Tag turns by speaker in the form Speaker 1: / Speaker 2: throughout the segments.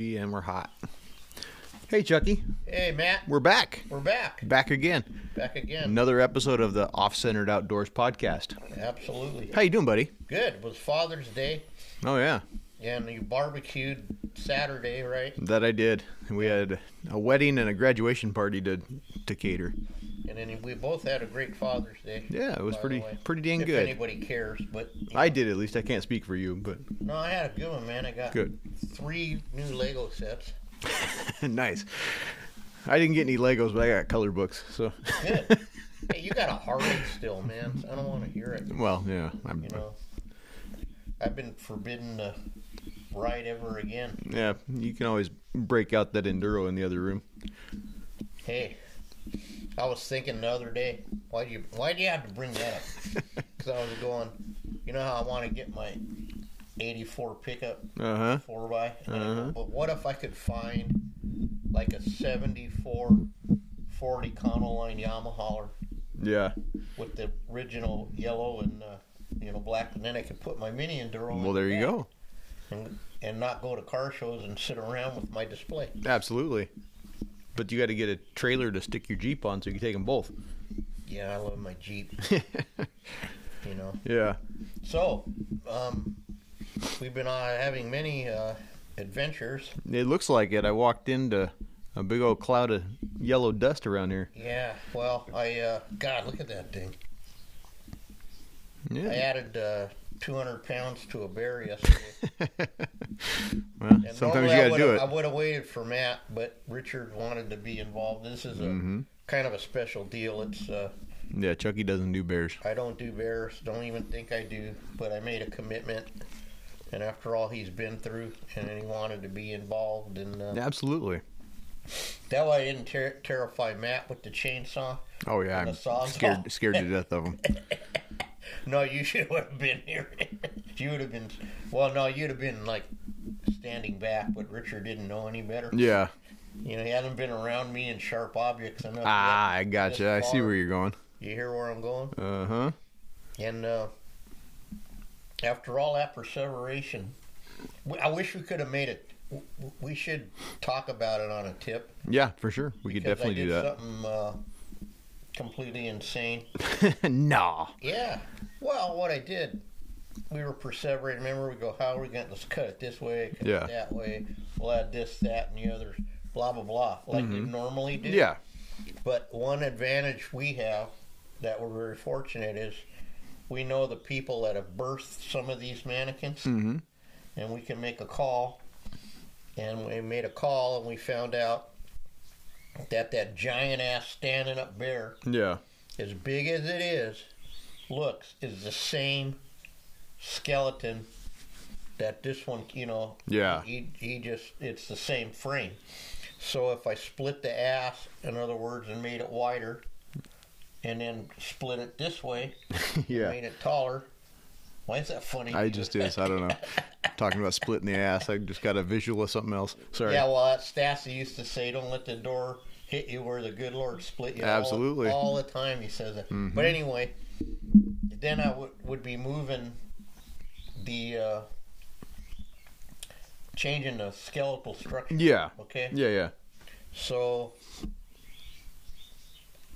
Speaker 1: and we're hot. Hey, Chucky,
Speaker 2: Hey, Matt,
Speaker 1: we're back.
Speaker 2: we're back.
Speaker 1: Back again.
Speaker 2: Back again.
Speaker 1: Another episode of the Off Centered Outdoors podcast.
Speaker 2: Absolutely.
Speaker 1: How you doing, buddy?
Speaker 2: Good. It was Father's Day,
Speaker 1: Oh yeah,
Speaker 2: and you barbecued Saturday, right?
Speaker 1: that I did. We had a wedding and a graduation party to to cater.
Speaker 2: And then we both had a great Father's Day.
Speaker 1: Yeah, it was
Speaker 2: by the
Speaker 1: pretty
Speaker 2: way.
Speaker 1: pretty dang
Speaker 2: if
Speaker 1: good.
Speaker 2: anybody cares, but
Speaker 1: I did at least. I can't speak for you, but
Speaker 2: no, I had a good one, man. I got
Speaker 1: Good.
Speaker 2: three new Lego sets.
Speaker 1: nice. I didn't get any Legos, but I got color books. So,
Speaker 2: Good. hey, you got a heartache still, man. I don't want to hear it.
Speaker 1: well, yeah, I'm,
Speaker 2: You know, I've been forbidden to ride ever again.
Speaker 1: yeah. You can always break out that enduro in the other room.
Speaker 2: Hey, I was thinking the other day, why do you why do you have to bring that up? Because I was going, you know how I want to get my '84 pickup
Speaker 1: Uh huh.
Speaker 2: four by,
Speaker 1: Uh-huh.
Speaker 2: but what if I could find like a '74 40 Econoline Yamaha
Speaker 1: Yeah.
Speaker 2: with the original yellow and uh, you know black, and then I could put my mini enduro. in
Speaker 1: Well, there you
Speaker 2: that
Speaker 1: go.
Speaker 2: And, and not go to car shows and sit around with my display.
Speaker 1: Absolutely. But you got to get a trailer to stick your Jeep on so you can take them both.
Speaker 2: Yeah, I love my Jeep. you know.
Speaker 1: Yeah.
Speaker 2: So, um, we've been uh, having many uh, adventures.
Speaker 1: It looks like it. I walked into a big old cloud of yellow dust around here.
Speaker 2: Yeah. Well, I uh, God, look at that thing. I
Speaker 1: Yeah.
Speaker 2: added uh, 200 pounds to a bear yesterday.
Speaker 1: well,
Speaker 2: And
Speaker 1: sometimes
Speaker 2: normally
Speaker 1: you got
Speaker 2: I
Speaker 1: to do
Speaker 2: would've-
Speaker 1: it.
Speaker 2: I would have waited for Matt, but Richard wanted to be involved. This is a
Speaker 1: Mm-hmm.
Speaker 2: kind of a special deal. It's uh,
Speaker 1: Yeah, Chucky doesn't do bears.
Speaker 2: I don't do bears. Don't even think I do. But I made a commitment. And after all he's been through, and then he wanted to be involved, and uh,
Speaker 1: Absolutely.
Speaker 2: that way I didn't ter- terrify Matt with the chainsaw.
Speaker 1: Oh yeah,
Speaker 2: And the
Speaker 1: I'm
Speaker 2: saw's
Speaker 1: scared
Speaker 2: off.
Speaker 1: scared to death of them.
Speaker 2: No, you should have been here. you would have been. Well, no, you'd have been like standing back, but Richard didn't know any better.
Speaker 1: Yeah.
Speaker 2: You know, he hasn't been around me and sharp objects enough.
Speaker 1: Ah,
Speaker 2: yet.
Speaker 1: I gotcha. I see where you're going.
Speaker 2: You hear where I'm going?
Speaker 1: Uh huh.
Speaker 2: And uh, after all that perseveration, w- I wish we could have made it. w- w- We should talk about it on a tip.
Speaker 1: Yeah, for sure. We could
Speaker 2: 'cause
Speaker 1: definitely
Speaker 2: I did
Speaker 1: do that.
Speaker 2: Something uh, completely insane.
Speaker 1: nah.
Speaker 2: Yeah. Well, what I did, we were perseverating. Remember, we go, how are we going to cut it this way, cut
Speaker 1: Yeah.
Speaker 2: it that way? We'll add this, that, and the other, blah, blah, blah, like you normally do.
Speaker 1: Mm-hmm. Yeah.
Speaker 2: But one advantage we have that we're very fortunate is we know the people that have birthed some of these mannequins,
Speaker 1: Mhm.
Speaker 2: and we can make a call. And we made a call, and we found out that that giant ass standing up bear
Speaker 1: Yeah.
Speaker 2: as big as it is, looks is the same skeleton that this one, you know.
Speaker 1: Yeah.
Speaker 2: He, he just, it's the same frame. So if I split the ass, in other words, and made it wider, and then split it this way,
Speaker 1: yeah.
Speaker 2: made it taller. Why is that funny?
Speaker 1: I just is. I don't know. Talking about splitting the ass. I just got a visual of something else. Sorry.
Speaker 2: Yeah, well, that Stassi used to say, "Don't let the door hit you where the good Lord split you." all-
Speaker 1: Absolutely. Mm-hmm.
Speaker 2: all, the time he says it. But anyway, then I would would be moving the uh, changing the skeletal structure.
Speaker 1: Yeah.
Speaker 2: Okay.
Speaker 1: Yeah, yeah.
Speaker 2: So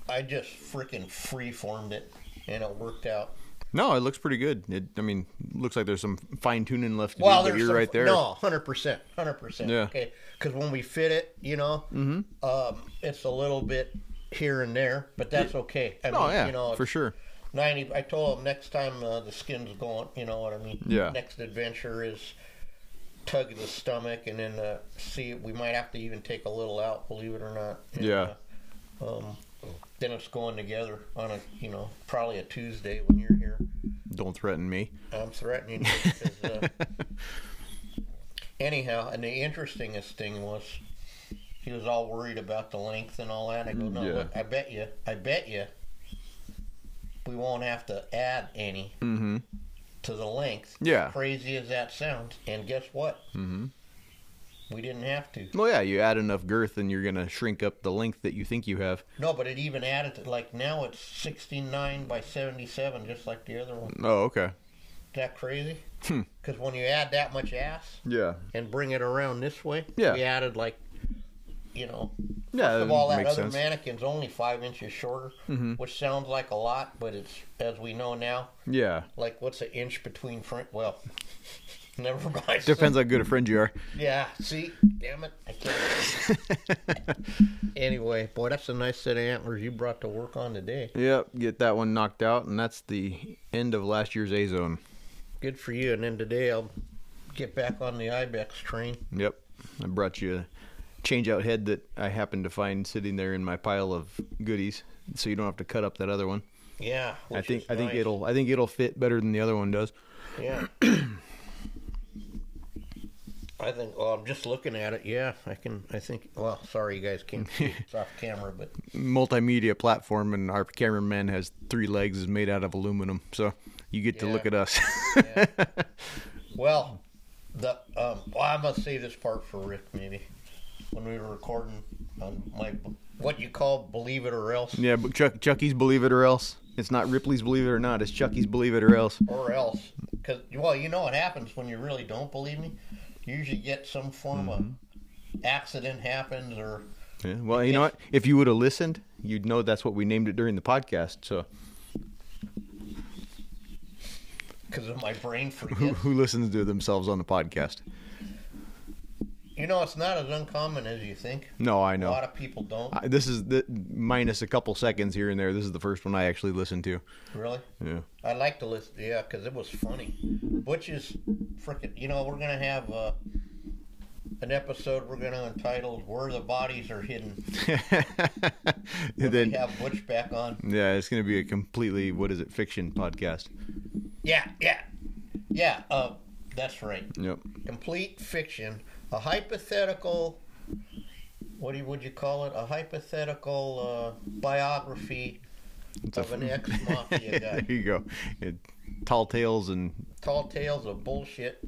Speaker 2: I just freaking freeformed it, and it worked out.
Speaker 1: No, it looks pretty good. It, I mean, looks like there's some fine tuning left to
Speaker 2: Well,
Speaker 1: do, but
Speaker 2: there's
Speaker 1: you're
Speaker 2: some,
Speaker 1: right there.
Speaker 2: No, hundred percent, hundred percent.
Speaker 1: Yeah. Mm-hmm.
Speaker 2: Okay, because when we fit it, you know, um, it's a little bit here and there, but that's okay. I
Speaker 1: Oh,
Speaker 2: mean,
Speaker 1: yeah,
Speaker 2: you know,
Speaker 1: for sure.
Speaker 2: Ninety. I told him next time uh, the skin's going. You know what I mean?
Speaker 1: Yeah.
Speaker 2: Next adventure is tug of the stomach, and then uh, see. We might have to even take a little out. Believe it or not. And,
Speaker 1: Yeah.
Speaker 2: uh, um, then it's going together on a you know probably a Tuesday when you're here.
Speaker 1: Don't threaten me.
Speaker 2: Oh, I'm threatening you because. Uh, anyhow, and the interestingest thing was he was all worried about the length and all that. I go, no,
Speaker 1: Yeah.
Speaker 2: look, I bet you, I bet you, we won't have to add any
Speaker 1: Mm-hmm.
Speaker 2: to the length.
Speaker 1: Yeah.
Speaker 2: Crazy as that sounds, and guess what?
Speaker 1: Mhm.
Speaker 2: We didn't have to.
Speaker 1: Well, yeah, you add enough girth and you're going to shrink up the length that you think you have.
Speaker 2: No, but it even added to, like now it's 69 by 77, just like the other one.
Speaker 1: Oh, okay.
Speaker 2: that crazy?
Speaker 1: Hmm.
Speaker 2: Because when you add that much ass
Speaker 1: Yeah.
Speaker 2: and bring it around this way,
Speaker 1: Yeah.
Speaker 2: we added like, you know,
Speaker 1: Yeah.
Speaker 2: First of all, that
Speaker 1: makes
Speaker 2: other
Speaker 1: sense. Mm-hmm.
Speaker 2: mannequin's only five inches shorter, which sounds like a lot, but it's as we know now,
Speaker 1: Yeah.
Speaker 2: like what's an inch between front? Well, never mind.
Speaker 1: Depends how good a friend you are.
Speaker 2: Yeah. See, damn it, I can't. anyway, boy, that's a nice set of antlers you brought to work on today.
Speaker 1: Yep, get that one knocked out, and that's the end of last year's A zone.
Speaker 2: Good for you. And then today I'll get back on the ibex train.
Speaker 1: Yep, I brought you a change out head that I happened to find sitting there in my pile of goodies, so you don't have to cut up that other one.
Speaker 2: Yeah.
Speaker 1: I
Speaker 2: which
Speaker 1: think
Speaker 2: is
Speaker 1: I think
Speaker 2: nice.
Speaker 1: it'll I think it'll fit better than the other one does.
Speaker 2: Yeah. I think. Well, I'm just looking at it. Yeah, I can. I think. Well, sorry, you guys can't. see it. It's off camera, but
Speaker 1: Multimedia platform, and our cameraman has three legs, is made out of aluminum, so you get to
Speaker 2: Yeah.
Speaker 1: look at us.
Speaker 2: well, the um. Well, I must save this part for Rick maybe when we were recording on my what you call believe it or else
Speaker 1: yeah, but Chuck Chucky's Believe It or Else. It's not Ripley's Believe It or Not. It's Chucky's Believe It or Else.
Speaker 2: or else because well you know what happens when you really don't believe me you usually get some form of accident happens or
Speaker 1: Yeah. Well, you know what? If you would have listened, you'd know that's what we named it during the podcast. So
Speaker 2: because of my brain
Speaker 1: who,
Speaker 2: forgets
Speaker 1: who listens to themselves on the podcast?
Speaker 2: you know it's not as uncommon as you think
Speaker 1: No, I
Speaker 2: a lot
Speaker 1: know.
Speaker 2: of people don't
Speaker 1: I, this is the minus a couple seconds here and there. This is the first one I actually listened to.
Speaker 2: Really?
Speaker 1: Yeah.
Speaker 2: I like to listen, yeah, because it was funny. Butch is frickin' you know, we're going to have uh, an episode we're going to entitle Where the Bodies Are Hidden.
Speaker 1: And
Speaker 2: When
Speaker 1: then
Speaker 2: we have Butch back on.
Speaker 1: yeah, it's going to be a completely what is it fiction podcast.
Speaker 2: Yeah, yeah, yeah, uh, that's right.
Speaker 1: Yep.
Speaker 2: Complete fiction. A hypothetical, what do you, would you call it? A hypothetical uh, biography
Speaker 1: It's
Speaker 2: of an ex-mafia guy.
Speaker 1: there you go. It, tall tales and
Speaker 2: Tall tales of bullshit.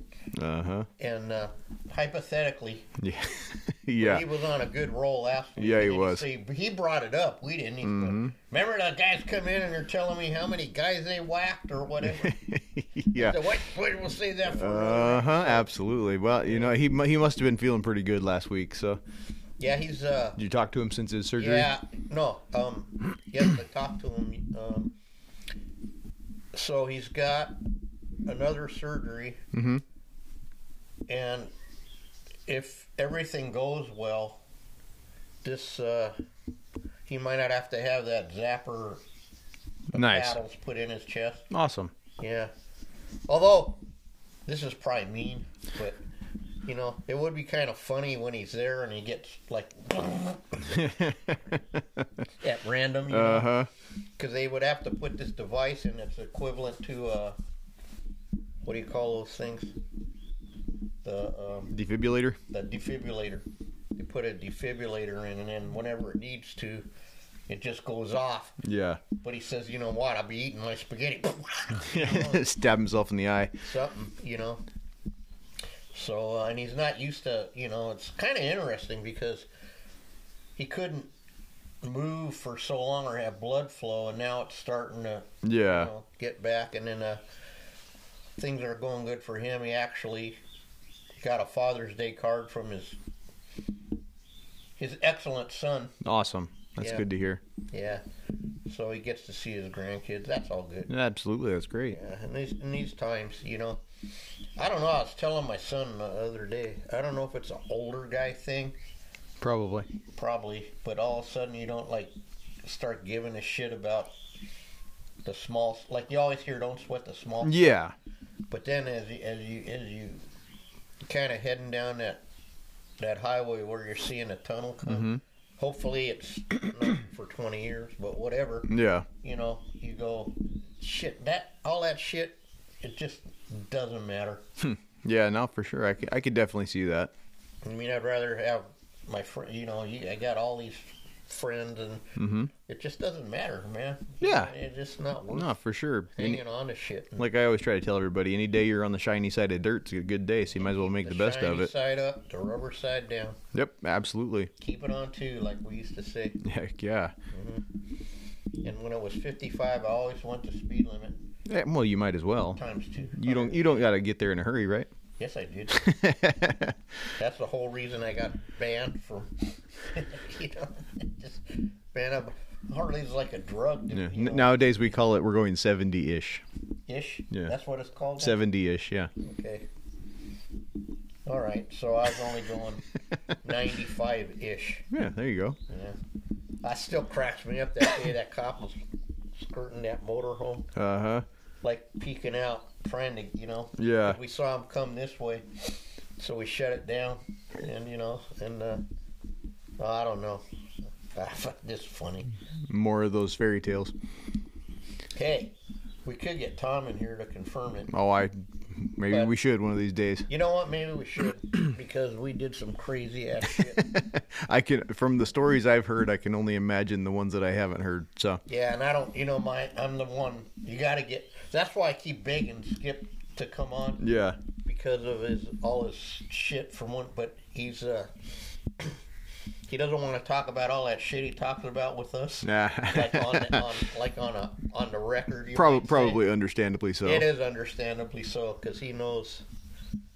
Speaker 1: uh huh.
Speaker 2: And uh, hypothetically,
Speaker 1: Yeah. yeah.
Speaker 2: He was on a good roll last week.
Speaker 1: Yeah, he
Speaker 2: and you
Speaker 1: was. Mm-hmm.
Speaker 2: See, he brought it up. We didn't even. Remember the guys come in and they're telling me how many guys they whacked or whatever.
Speaker 1: yeah.
Speaker 2: so what? What will say that for?
Speaker 1: Uh huh. Absolutely. Well, you know, he mu- he must have been feeling pretty good last week. So,
Speaker 2: yeah, he's. uh
Speaker 1: did you talk to him since his surgery?
Speaker 2: Yeah, no. Um, yes, I talked to him. Um, so he's got another surgery,
Speaker 1: Mhm.
Speaker 2: and if everything goes well, this uh, he might not have to have that zapper
Speaker 1: Nice.
Speaker 2: paddles put in his chest.
Speaker 1: Awesome.
Speaker 2: Yeah. Although this is probably mean, but you know, it would be kind of funny when he's there and he gets like at random, you
Speaker 1: Uh
Speaker 2: know,
Speaker 1: huh.
Speaker 2: because they would have to put this device in that's equivalent to uh, what do you call those things? The um,
Speaker 1: Defibrillator.
Speaker 2: the defibrillator. They put a defibrillator in, and then whenever it needs to, it just goes off.
Speaker 1: Yeah.
Speaker 2: But he says, you know what? I'll be eating my spaghetti. Oh.
Speaker 1: Stab himself in the eye.
Speaker 2: something, you know. So, uh, and he's not used to, you know, it's kind of interesting because he couldn't move for so long or have blood flow, and now it's starting to you
Speaker 1: Yeah.
Speaker 2: know, get back, and then uh, things are going good for him. He actually got a Father's Day card from his his excellent son.
Speaker 1: Awesome. That's
Speaker 2: Yeah.
Speaker 1: good to hear.
Speaker 2: Yeah, so he gets to see his grandkids. That's all good.
Speaker 1: Yeah, absolutely. That's great.
Speaker 2: Yeah, in these in these times, you know, I don't know. I was telling my son the other day. I don't know if it's an older guy thing,
Speaker 1: Probably.
Speaker 2: probably, but all of a sudden you don't like start giving a shit about the small. Like you always hear, don't sweat the small.
Speaker 1: Yeah.
Speaker 2: But then as you, as you as you kind of heading down that that highway where you're seeing a tunnel come. Hopefully it's not for 20 years, but whatever
Speaker 1: Yeah.
Speaker 2: you know, you go, shit, that, all that shit, it just doesn't matter.
Speaker 1: Yeah. No, for sure. I could, I could definitely see that.
Speaker 2: I mean, I'd rather have my friend, you know, you, I got all these friends and it just doesn't matter, man.
Speaker 1: Mm-hmm. Yeah.
Speaker 2: It's just not worth
Speaker 1: No, for sure. Any-
Speaker 2: hanging on to shit.
Speaker 1: like I always try to tell everybody, any day you're on the shiny side of dirt's a good day, so you might as well make the, best
Speaker 2: shiny
Speaker 1: of it.
Speaker 2: side up, the rubber side down.
Speaker 1: Yep. Absolutely.
Speaker 2: Keep it on two, like we used to say.
Speaker 1: Heck yeah.
Speaker 2: And when it was 55, I always went the speed limit.
Speaker 1: Eh, Well, you might as well.
Speaker 2: times two.
Speaker 1: You don't. You don't got to get there in a hurry, right?
Speaker 2: Yes, I did. That's the whole reason I got banned from. you know, just banned up. Harley's like a drug.
Speaker 1: Yeah.
Speaker 2: dude.
Speaker 1: N- Nowadays we call it. We're going seventy ish.
Speaker 2: ish.
Speaker 1: Yeah.
Speaker 2: That's what it's called. now?
Speaker 1: Seventy ish. Yeah.
Speaker 2: Okay. All right. So I was only going 95 ish.
Speaker 1: Yeah. There you go.
Speaker 2: Yeah. That still cracks me up that day that cop was skirting that motorhome,
Speaker 1: Uh huh.
Speaker 2: like peeking out, trying to, you know.
Speaker 1: Yeah.
Speaker 2: We saw him come this way, so we shut it down, and you know, and uh, I don't know. this is funny.
Speaker 1: More of those fairy tales.
Speaker 2: Hey, we could get Tom in here to confirm it.
Speaker 1: Oh, I. Maybe
Speaker 2: But-
Speaker 1: we should one of these days.
Speaker 2: You know what? Maybe we should because we did some crazy ass shit.
Speaker 1: I can. From the stories I've heard, I can only imagine the ones that I haven't heard. So.
Speaker 2: Yeah, and I don't, you know, my I'm the one. You got to get. That's why I keep begging Skip to come on
Speaker 1: Yeah.
Speaker 2: because of his all his shit from one. But he's uh, he doesn't want to talk about all that shit he talks about with us.
Speaker 1: Nah.
Speaker 2: like on, on like on a on the record. you
Speaker 1: Prob-
Speaker 2: might say.
Speaker 1: probably understandably so.
Speaker 2: It is understandably so because he knows.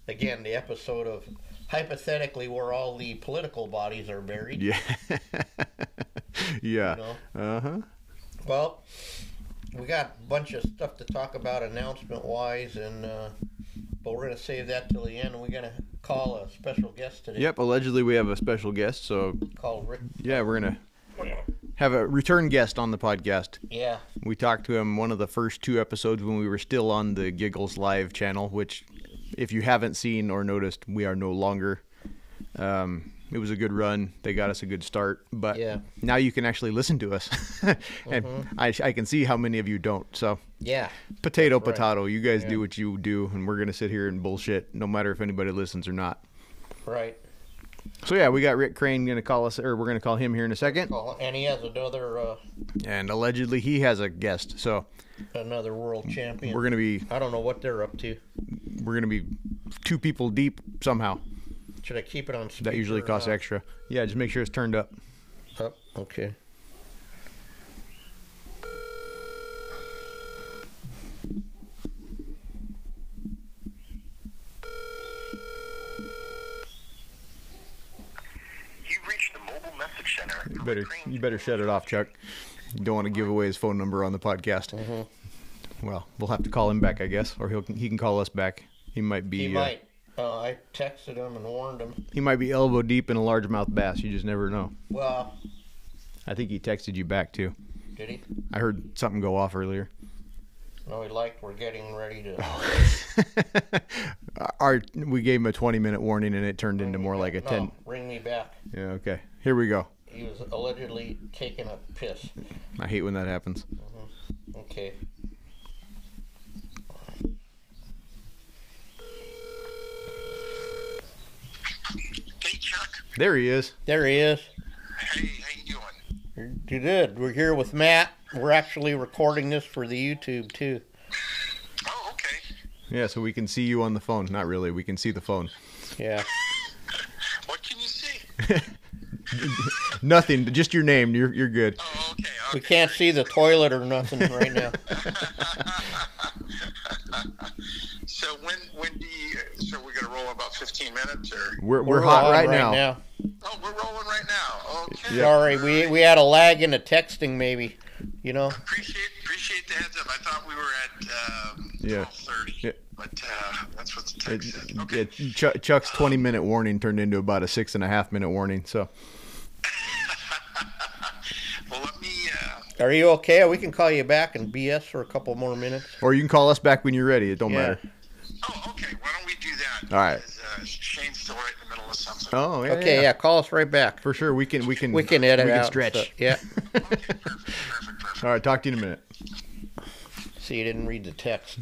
Speaker 2: Again, the episode of hypothetically where all the political bodies are buried.
Speaker 1: Yeah. yeah.
Speaker 2: You know?
Speaker 1: Uh huh.
Speaker 2: Well, we got a bunch of stuff to talk about announcement wise, and uh, but we're gonna save that till the end. And we're gonna call a special guest today
Speaker 1: Yep. Allegedly, we have a special guest. So
Speaker 2: called Rick.
Speaker 1: yeah, we're gonna have a return guest on the podcast.
Speaker 2: Yeah,
Speaker 1: We talked to him one of the first two episodes when we were still on the Giggles Live channel, which, if you haven't seen or noticed, we are no longer. Um, it was a good run. They got us a good start, but
Speaker 2: Yeah. Mm-hmm.
Speaker 1: now you can actually listen to us, and I, I can see how many of you don't. So
Speaker 2: yeah,
Speaker 1: potato, potato. You guys do what you do, and we're gonna sit here and bullshit, no matter if anybody listens or not.
Speaker 2: right.
Speaker 1: So yeah, we got Rick Crane gonna call us, or we're gonna call him here in a second.
Speaker 2: Call, and he has another uh,
Speaker 1: And allegedly he has a guest, so
Speaker 2: another world champion.
Speaker 1: we're gonna be
Speaker 2: I don't know what they're up to.
Speaker 1: we're gonna be two people deep somehow.
Speaker 2: Should I keep it on?
Speaker 1: That usually
Speaker 2: speaker or
Speaker 1: costs
Speaker 2: not?
Speaker 1: extra. Yeah, just make sure it's turned up.
Speaker 2: Oh, okay.
Speaker 3: You reached the mobile message center.
Speaker 1: You better you better shut it off, Chuck. You don't want to give away his phone number on the podcast.
Speaker 2: Mm-hmm.
Speaker 1: Well, we'll have to call him back, I guess, or he'll he can call us back. He might be
Speaker 2: He
Speaker 1: uh,
Speaker 2: might. Uh, I texted him and warned him.
Speaker 1: he might be elbow deep in a largemouth bass. You just never know.
Speaker 2: Well,
Speaker 1: I think he texted you back too.
Speaker 2: did he?
Speaker 1: I heard something go off earlier.
Speaker 2: No, he liked. We're getting ready to.
Speaker 1: Oh, Our we gave him a 20 minute warning and it turned into more like a
Speaker 2: no,
Speaker 1: 10.
Speaker 2: Ring me back.
Speaker 1: Yeah, okay. Here we go.
Speaker 2: He was allegedly taking a piss.
Speaker 1: I hate when that happens.
Speaker 2: Okay.
Speaker 3: Hey Chuck.
Speaker 1: There he is.
Speaker 2: There he is.
Speaker 3: Hey, how you doing?
Speaker 2: You did. We're here with Matt. We're actually recording this for the YouTube too.
Speaker 3: Oh, okay.
Speaker 1: Yeah, so we can see you on the phone. Not really. We can see the phone.
Speaker 2: Yeah.
Speaker 3: What can you see?
Speaker 1: Nothing, just your name. You're you're good.
Speaker 3: Oh, okay.
Speaker 2: We
Speaker 3: okay.
Speaker 2: can't see the toilet or nothing right now.
Speaker 3: So when when do you? So we're gonna roll in about 15 minutes, or?
Speaker 1: We're we're, hot
Speaker 2: on
Speaker 1: right, now.
Speaker 3: Oh, we're rolling right now. Okay.
Speaker 2: Sorry, we we had a lag in the texting maybe. You know?
Speaker 3: Appreciate appreciate the heads up. I thought we were at um,
Speaker 1: Yeah.
Speaker 3: 12:30,
Speaker 1: Yeah.
Speaker 3: but uh, that's what the
Speaker 1: It,
Speaker 3: text said. Okay.
Speaker 1: it, Chuck, Chuck's 20 minute warning turned into about a six and a half minute warning. So
Speaker 3: Well, let me. Uh,
Speaker 2: Are you okay? We can call you back and BS for a couple more minutes.
Speaker 1: or you can call us back when you're ready. It don't
Speaker 2: Yeah.
Speaker 1: matter.
Speaker 3: oh, okay. Why don't we do that?
Speaker 1: All right.
Speaker 3: Because, uh, Shane's still right in the middle of something.
Speaker 1: Oh yeah.
Speaker 2: Okay, yeah, call us right back.
Speaker 1: For sure, we can we can
Speaker 2: We can edit
Speaker 1: we can
Speaker 2: out,
Speaker 1: stretch.
Speaker 2: so- yeah.
Speaker 3: Perfect. Perfect. Perfect.
Speaker 1: All right, talk to you in a minute.
Speaker 2: See, you didn't read the text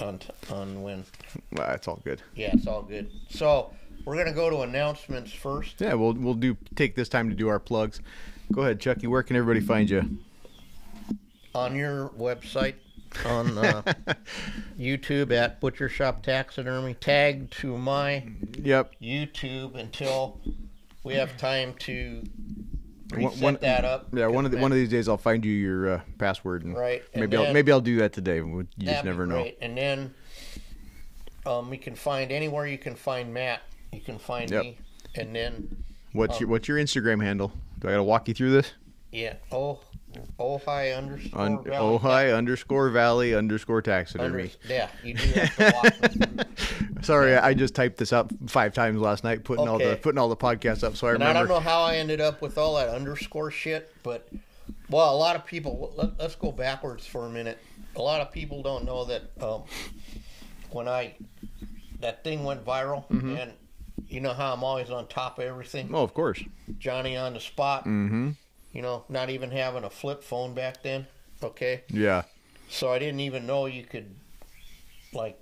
Speaker 2: on on when.
Speaker 1: Well, it's all good.
Speaker 2: Yeah, it's all good. So we're gonna go to announcements first.
Speaker 1: Yeah, we'll we'll do take this time to do our plugs. Go ahead, Chucky. Where can everybody find you?
Speaker 2: on your website on uh, YouTube at Butcher Shop Taxidermy. Tag to my
Speaker 1: Yep.
Speaker 2: YouTube until we have time to reset
Speaker 1: one-
Speaker 2: that up.
Speaker 1: Yeah, one of the,
Speaker 2: then-
Speaker 1: one of these days I'll find you your uh, password and
Speaker 2: Right, and
Speaker 1: maybe I'll
Speaker 2: then-
Speaker 1: maybe I'll do that today. You just
Speaker 2: that'd be
Speaker 1: never know.
Speaker 2: great. And then um, you can find anywhere you can find Matt. You can find
Speaker 1: Yep.
Speaker 2: me. And then
Speaker 1: What's
Speaker 2: Um,
Speaker 1: your what's your Instagram handle? Do I got to walk you through this?
Speaker 2: yeah, oh, Ojai underscore
Speaker 1: On
Speaker 2: Valley.
Speaker 1: Ojai underscore Valley underscore taxidermy.
Speaker 2: Under- yeah, you do have to walk me.
Speaker 1: Sorry, I I just typed this up five times last night, putting all the
Speaker 2: Okay.
Speaker 1: putting all the podcasts up. So I
Speaker 2: And
Speaker 1: remember.
Speaker 2: I don't know how I ended up with all that underscore shit, but well, a lot of people. Let, let's go backwards for a minute. A lot of people don't know that um, when I that thing went viral,
Speaker 1: Mm-hmm.
Speaker 2: and you know how I'm always on top of everything.
Speaker 1: Oh, of course.
Speaker 2: Johnny on the spot.
Speaker 1: Mm-hmm.
Speaker 2: You know, not even having a flip phone back then. Okay,
Speaker 1: Yeah.
Speaker 2: so I didn't even know you could like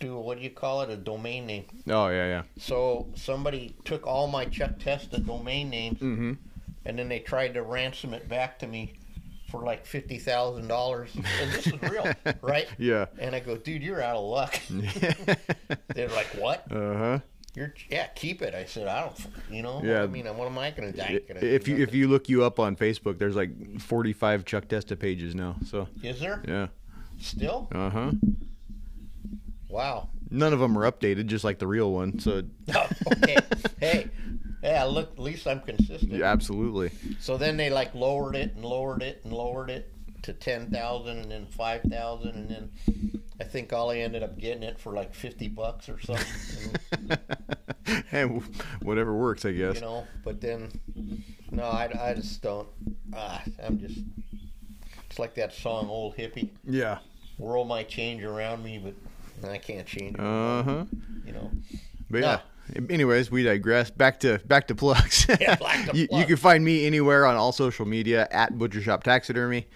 Speaker 2: do what do you call it a domain name.
Speaker 1: Oh, yeah, yeah.
Speaker 2: So somebody took all my Chuck Testa domain names,
Speaker 1: Mhm.
Speaker 2: and then they tried to ransom it back to me for like fifty thousand dollars. And this is real, right?
Speaker 1: Yeah.
Speaker 2: And I go, dude, you're out of luck. They're like, what?
Speaker 1: Uh huh.
Speaker 2: You're yeah, keep it. I said, I don't, f- you know.
Speaker 1: Yeah.
Speaker 2: I mean, what am I gonna do? I ain't gonna do
Speaker 1: If you if
Speaker 2: nothing."
Speaker 1: you look you up on Facebook, there's like 45 Chuck Testa pages now. So
Speaker 2: is there
Speaker 1: yeah.
Speaker 2: still
Speaker 1: Uh huh.
Speaker 2: wow.
Speaker 1: None of them are updated, just like the real one. So
Speaker 2: okay, hey, yeah. Look, at least I'm consistent.
Speaker 1: yeah, absolutely.
Speaker 2: So then they like lowered it and lowered it and lowered it to ten thousand and then five thousand and then I think Ollie ended up getting it for like fifty bucks or something.
Speaker 1: and whatever works, I guess.
Speaker 2: you know, but then no, I, I just don't. Ah, I'm just. It's like that song, old hippie.
Speaker 1: Yeah.
Speaker 2: World might change around me, but I can't change. it,
Speaker 1: Uh huh.
Speaker 2: You know.
Speaker 1: But yeah. Anyways, we digress. Back to back to plugs.
Speaker 2: Yeah, back to
Speaker 1: you, you
Speaker 2: plugs.
Speaker 1: can find me anywhere on all social media at Butcher Shop Taxidermy.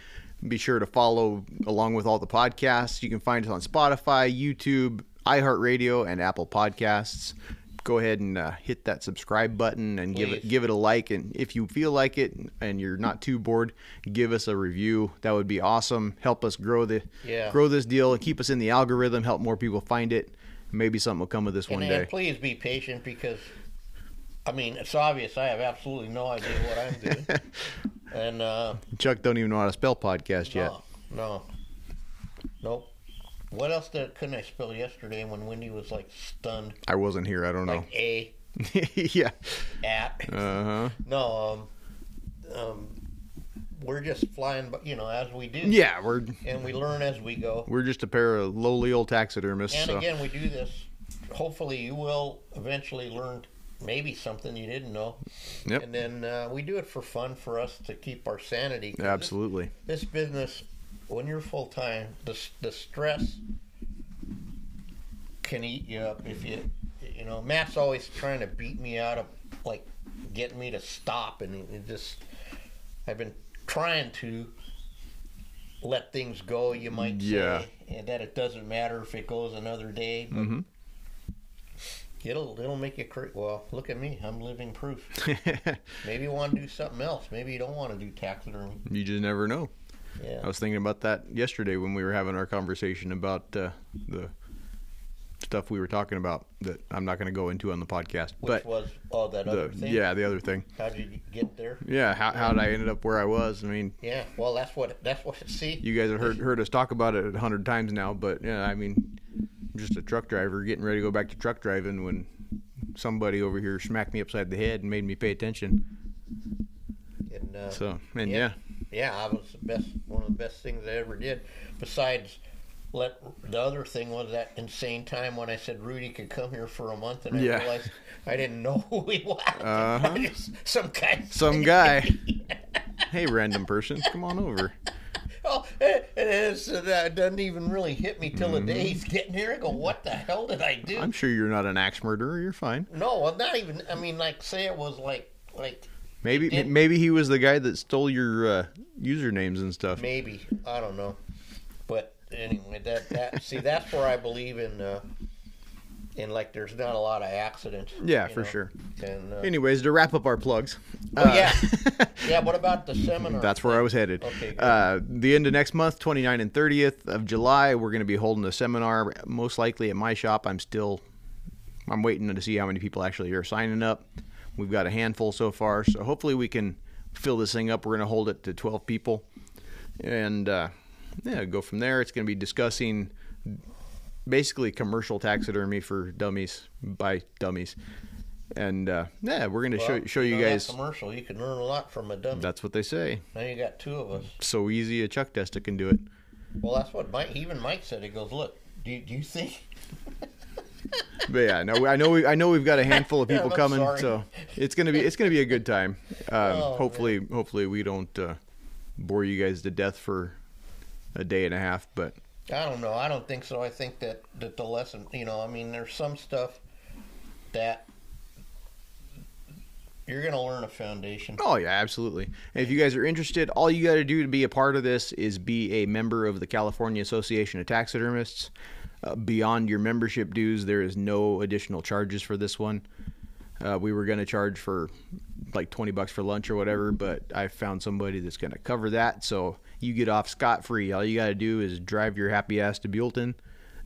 Speaker 1: Be sure to follow along with all the podcasts. You can find us on Spotify, YouTube, iHeartRadio, and Apple Podcasts. Go ahead and uh, hit that subscribe button and give it
Speaker 2: Please.
Speaker 1: give it a like. And if you feel like it and you're not too bored, give us a review. That would be awesome. Help us grow the
Speaker 2: Yeah.
Speaker 1: grow this deal and keep us in the algorithm. Help more people find it. Maybe something will come of this
Speaker 2: And,
Speaker 1: one
Speaker 2: and
Speaker 1: day.
Speaker 2: please be patient because, I mean, it's obvious. I have absolutely no idea what I'm doing. and uh,
Speaker 1: Chuck don't even know how to spell podcast yet.
Speaker 2: No, Oh, no. Nope. What else did, couldn't I spell yesterday when Wendy was like stunned?
Speaker 1: I wasn't here. I don't know.
Speaker 2: Like A,
Speaker 1: yeah.
Speaker 2: at.
Speaker 1: Uh
Speaker 2: uh-huh.
Speaker 1: huh.
Speaker 2: No, um, um, we're just flying, but you know, as we do.
Speaker 1: Yeah, we're
Speaker 2: And we learn as we go.
Speaker 1: we're just a pair of lowly old taxidermists.
Speaker 2: And
Speaker 1: so.
Speaker 2: again, we do this. Hopefully, you will eventually learn maybe something you didn't know.
Speaker 1: Yep.
Speaker 2: And then uh, we do it for fun for us to keep our sanity. 'Cause this-
Speaker 1: Absolutely.
Speaker 2: this business when you're full time the, s- the stress can eat you up if you you know matt's always trying to beat me out of like getting me to stop and it- it just i've been trying to let things go you might
Speaker 1: Yeah.
Speaker 2: say and that it doesn't matter if it goes another day but
Speaker 1: Mhm.
Speaker 2: it'll it'll make you cra- well look at me i'm living proof maybe you want to do something else maybe you don't want to do taxidermy
Speaker 1: you just never know.
Speaker 2: yeah
Speaker 1: I was thinking about that yesterday when we were having our conversation about uh, the stuff we were talking about that I'm not going to go into on the podcast.
Speaker 2: Which
Speaker 1: but
Speaker 2: was oh that other
Speaker 1: the
Speaker 2: thing.
Speaker 1: yeah, the other thing.
Speaker 2: How did you get there?
Speaker 1: Yeah, how how did I ended up where I was? I mean,
Speaker 2: Yeah. Well, that's what that's what. See.
Speaker 1: you guys have heard heard us talk about it a hundred times now, but yeah, I mean, I'm just a truck driver getting ready to go back to truck driving when somebody over here smacked me upside the head and made me pay attention.
Speaker 2: and, uh,
Speaker 1: So and yeah,
Speaker 2: Yeah. yeah, I was the best. One of the best things I ever did. Besides, let the other thing was that insane time when I said Rudy could come here for a month, and I
Speaker 1: Yeah.
Speaker 2: realized I didn't know who he was.
Speaker 1: Uh-huh.
Speaker 2: Just Some guy.
Speaker 1: some guy, hey random person, come on over.
Speaker 2: Oh, it, is, it uh, doesn't even really hit me till the day he's getting here. I go, what the hell did I do?
Speaker 1: Mm-hmm. I'm sure you're not an axe murderer. You're fine.
Speaker 2: no, well, not even. I mean, like, say it was like, like
Speaker 1: Maybe
Speaker 2: did.
Speaker 1: maybe he was the guy that stole your uh, usernames and stuff.
Speaker 2: Maybe I don't know, but anyway, that that see that's where I believe in. Uh, in like, there's not a lot of accidents.
Speaker 1: Yeah,
Speaker 2: you
Speaker 1: for
Speaker 2: know,
Speaker 1: sure.
Speaker 2: And uh,
Speaker 1: Anyways, to wrap up our plugs. uh,
Speaker 2: oh, yeah, yeah. What about the seminar?
Speaker 1: That's where I was headed.
Speaker 2: Okay, good.
Speaker 1: Uh, the end of next month, 29th and 30th of July, we're going to be holding a seminar, most likely at my shop. I'm still, I'm waiting to see how many people actually are signing up. We've got a handful so far, so hopefully we can fill this thing up. We're going to hold it to 12 people, and uh, yeah, go from there. It's going to be discussing basically commercial taxidermy for dummies by dummies, and uh, yeah, we're going to show show you
Speaker 2: know that
Speaker 1: guys.
Speaker 2: commercial. You can learn a lot from a dummy.
Speaker 1: That's what they say.
Speaker 2: now you got two of us.
Speaker 1: So easy a chuck tester can do it.
Speaker 2: Well, that's what Mike. Even Mike said. He goes, "Look, do you, do you think?"
Speaker 1: But yeah, no, I know we I know we've got a handful of people
Speaker 2: I'm
Speaker 1: coming,
Speaker 2: sorry.
Speaker 1: so it's gonna be it's gonna be a good time. Um,
Speaker 2: Oh,
Speaker 1: hopefully, hopefully we don't uh, bore you guys to death for a day and a half. But
Speaker 2: I don't know. I don't think so. I think that that the lesson, you know, I mean, there's some stuff that you're going to learn a foundation.
Speaker 1: oh yeah, absolutely. And if you guys are interested, all you got to do to be a part of this is be a member of the California Association of Taxidermists. Uh, beyond your membership dues, there is no additional charges for this one. Uh, we were going to charge for like 20 bucks for lunch or whatever, but I found somebody that's going to cover that. So you get off scot free. All you got to do is drive your happy ass to Buellton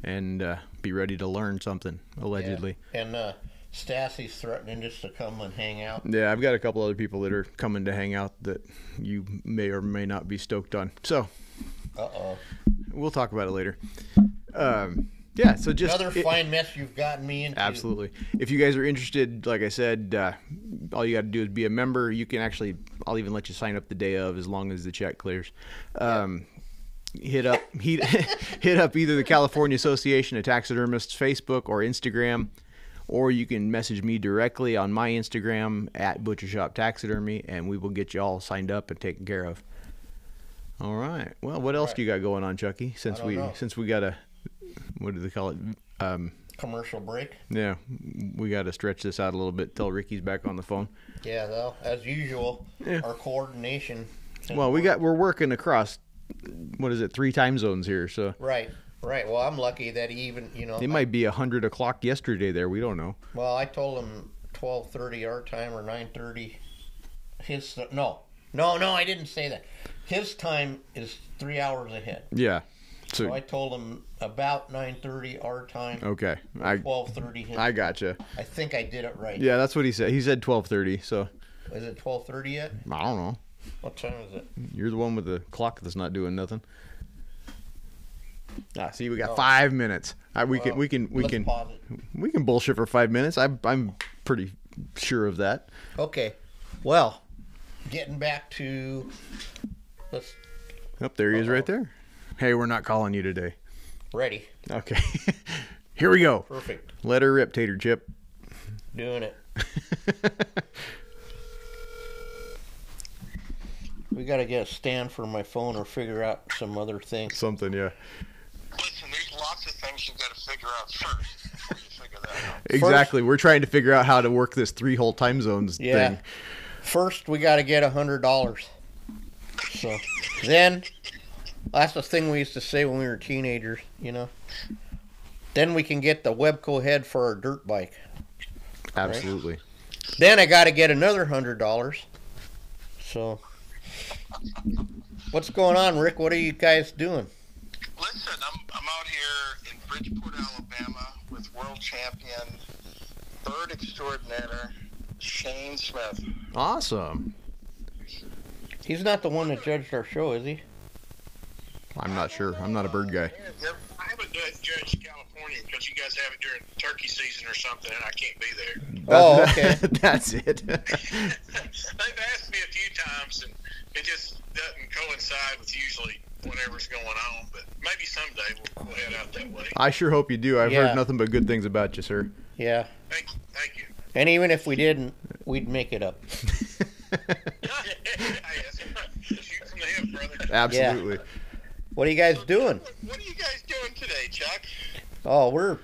Speaker 1: and uh, be ready to learn something, allegedly.
Speaker 2: And uh, Stassi's threatening just to come and hang out.
Speaker 1: Yeah. I've got a couple other people that are coming to hang out that you may or may not be stoked on. So
Speaker 2: Uh oh.
Speaker 1: we'll talk about it later. Um, yeah, so just
Speaker 2: Another
Speaker 1: it-
Speaker 2: fine mess you've gotten me into.
Speaker 1: Absolutely. If you guys are interested, like I said, uh, all you got to do is be a member. You can actually, I'll even let you sign up the day of, as long as the check clears. Um, hit up hit, hit up either the California Association of Taxidermists Facebook or Instagram, or you can message me directly on my Instagram at Butcher Shop Taxidermy, and we will get you all signed up and taken care of. All right. Well, what else do you got going on, Chucky? Since
Speaker 2: don't
Speaker 1: we
Speaker 2: know.
Speaker 1: since we got a what do they call it? Um,
Speaker 2: Commercial break.
Speaker 1: yeah, we got to stretch this out a little bit till Ricky's back on the phone.
Speaker 2: Yeah, though, as usual,
Speaker 1: Yeah.
Speaker 2: our coordination.
Speaker 1: Well, we got we're working across what is it, three time zones here, so
Speaker 2: Right, right. Well, I'm lucky that he even, you know,
Speaker 1: it might be a hundred o'clock yesterday there. We don't know.
Speaker 2: Well, I told him twelve thirty our time or nine thirty. His no, no, no. I didn't say that. His time is three hours ahead.
Speaker 1: Yeah,
Speaker 2: So
Speaker 1: so
Speaker 2: I told him about nine thirty our time,
Speaker 1: okay, I
Speaker 2: twelve thirty his.
Speaker 1: Oh. I
Speaker 2: I,
Speaker 1: gotcha.
Speaker 2: think I did it right.
Speaker 1: Yeah, that's what he said. He said twelve thirty. So
Speaker 2: Is it twelve thirty yet?
Speaker 1: I don't know.
Speaker 2: What time is it?
Speaker 1: You're the one with the clock that's not doing nothing. Ah, see, we got
Speaker 2: Oh.
Speaker 1: five minutes. I, we can
Speaker 2: Well,
Speaker 1: we can we
Speaker 2: Let's
Speaker 1: can
Speaker 2: pause it.
Speaker 1: we can bullshit for five minutes. I, I'm pretty sure of that.
Speaker 2: Okay. Well, getting back to let's
Speaker 1: Up there he is, right
Speaker 2: Uh-oh.
Speaker 1: there. Hey, we're not calling you today.
Speaker 2: ready.
Speaker 1: Okay. Here we go.
Speaker 2: Perfect.
Speaker 1: Let her rip, Tater Chip.
Speaker 2: Doing it. We gotta get a stand for my phone or figure out some other thing.
Speaker 1: Something, yeah.
Speaker 3: Listen, there's lots of things you got to figure out first before you figure that out.
Speaker 1: Exactly. we We're trying to figure out how to work this three whole time zones
Speaker 2: Yeah.
Speaker 1: thing.
Speaker 2: First, we got to get a hundred dollars. So then, that's the thing we used to say when we were teenagers, you know. Then we can get the Webco head for our dirt bike.
Speaker 1: Absolutely.
Speaker 2: Then I got to get another hundred dollars. So, what's going on, Rick? What are you guys doing?
Speaker 3: Listen, I'm, I'm out here in Bridgeport, Alabama with world champion, bird extraordinaire, Shane Smith.
Speaker 1: Awesome.
Speaker 2: He's not the one that judged our show, is he?
Speaker 1: I'm not sure. I'm not a bird guy.
Speaker 3: I haven't judged California because you guys have it during turkey season or something, and I can't be there.
Speaker 2: Oh,
Speaker 1: That's-
Speaker 2: okay.
Speaker 1: That's it.
Speaker 3: They've asked me a few times, and it just doesn't coincide with usually whatever's going on. But maybe someday we'll, we'll head out that way.
Speaker 1: I sure hope you do. I've
Speaker 2: Yeah.
Speaker 1: heard nothing but good things about you, sir.
Speaker 2: Yeah.
Speaker 3: Thank, thank you.
Speaker 2: And even if we didn't, we'd make it up.
Speaker 3: hey, that's right. Shoot from the hip, brother.
Speaker 1: Absolutely.
Speaker 2: What are you guys doing?
Speaker 3: What are you guys doing today, Chuck?
Speaker 2: Oh, we're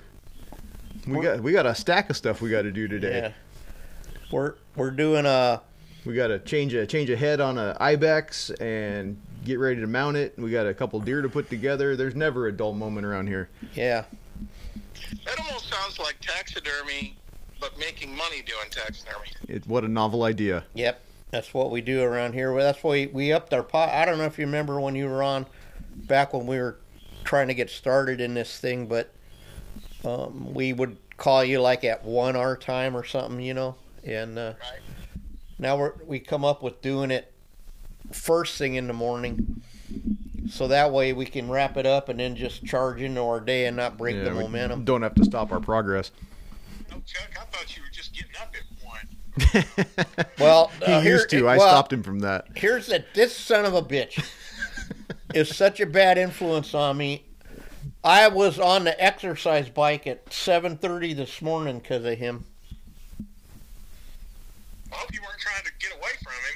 Speaker 1: We got we got a stack of stuff we got to do today.
Speaker 2: yeah. We're we're doing uh, a
Speaker 1: We got to change a change a head on a ibex and get ready to mount it. We got a couple deer to put together. There's never a dull moment around here.
Speaker 2: yeah.
Speaker 3: That almost sounds like taxidermy, but making money doing taxidermy.
Speaker 1: It, what a novel idea.
Speaker 2: Yep, that's what we do around here. Well, that's why we upped our pot. I don't know if you remember when you were on, back when we were trying to get started in this thing, but um, we would call you like at one our time or something, you know. And uh,
Speaker 3: Right.
Speaker 2: now we're we come up with doing it first thing in the morning. So that way we can wrap it up and then just charge into our day and not break the
Speaker 1: we
Speaker 2: momentum.
Speaker 1: Don't have to stop our progress.
Speaker 4: No, Oh, Chuck, I thought you were just getting up at one.
Speaker 2: Well,
Speaker 1: He
Speaker 2: uh, here-
Speaker 1: used to. I
Speaker 2: well,
Speaker 1: stopped him from that.
Speaker 2: here's that this son of a bitch is such a bad influence on me. I was on the exercise bike at 7:30 this morning because of him.
Speaker 4: I hope you weren't trying to get away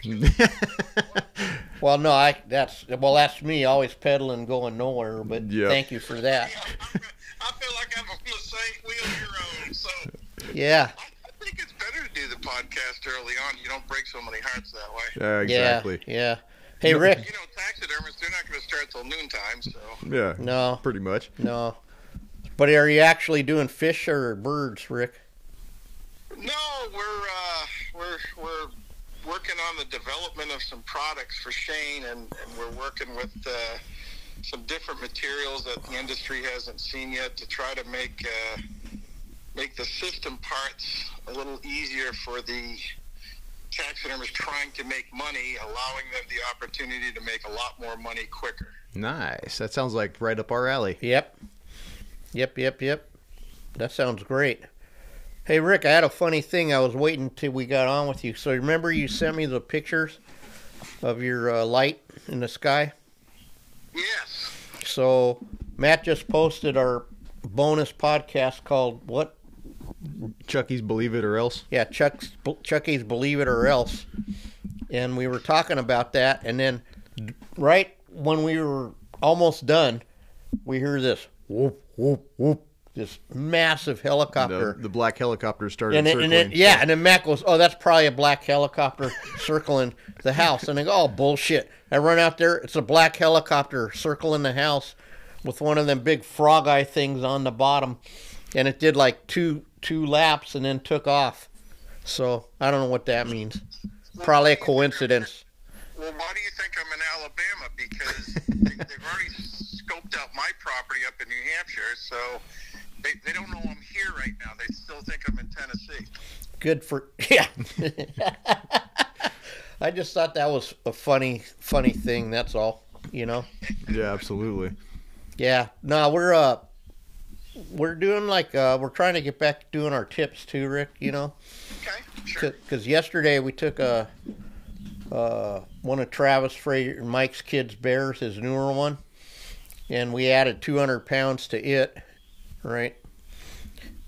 Speaker 2: Mm.
Speaker 4: from him.
Speaker 2: Well, no, I that's well, that's me always pedaling, going nowhere. But
Speaker 1: Yeah.
Speaker 2: thank you for that.
Speaker 4: Yeah, I'm, I feel like I'm on the same wheel you're on. So
Speaker 2: Yeah,
Speaker 4: I, I think it's better to do the podcast early on. You don't break so many hearts that way.
Speaker 1: Uh, exactly.
Speaker 2: yeah, yeah. Hey, Rick.
Speaker 4: You know, taxidermists, they're not going to start till noontime, so.
Speaker 1: Yeah.
Speaker 2: No,
Speaker 1: Pretty much.
Speaker 2: no. But are you actually doing fish or birds, Rick?
Speaker 4: No, we're uh, we're we're working on the development of some products for Shane, and, and we're working with uh, some different materials that the industry hasn't seen yet to try to make uh, make the system parts a little easier for the taxidermists trying to make money, allowing them the opportunity to make a lot more money quicker.
Speaker 1: Nice. That sounds like right up our alley.
Speaker 2: Yep. Yep, yep, yep. That sounds great. Hey, Rick, I had a funny thing. I was waiting till we got on with you. So, remember you sent me the pictures of your uh, light in the sky?
Speaker 4: Yes.
Speaker 2: So, Matt just posted our bonus podcast called what?
Speaker 1: Chucky's Believe It or Else.
Speaker 2: Yeah, Chuck's, Chucky's Believe It or Else. And we were talking about that. And then, right when we were almost done, we hear this whoop, whoop, whoop. This massive helicopter.
Speaker 1: The, the black helicopter started
Speaker 2: and, it,
Speaker 1: circling.
Speaker 2: and it, yeah, and then Matt goes, "Oh, that's probably a black helicopter circling the house." And I go, "Oh, bullshit!" I run out there. It's a black helicopter circling the house with one of them big frog eye things on the bottom, and it did like two two laps and then took off. So I don't know what that means. Probably a coincidence.
Speaker 4: Well, why do you think I'm in Alabama? Because they, they've already scoped out my property up in New Hampshire, so they, they don't know I'm here right now. They still think I'm in Tennessee.
Speaker 2: Good for yeah. I just thought that was a funny funny thing. That's all. You know.
Speaker 1: yeah, absolutely.
Speaker 2: Yeah. No, we're uh we're doing like uh we're trying to get back to doing our tips too, Rick, you know.
Speaker 4: Okay, sure.
Speaker 2: Cuz yesterday we took a uh one of Travis Frazier Mike's kids bears, his newer one, and we added 200 pounds to it, right?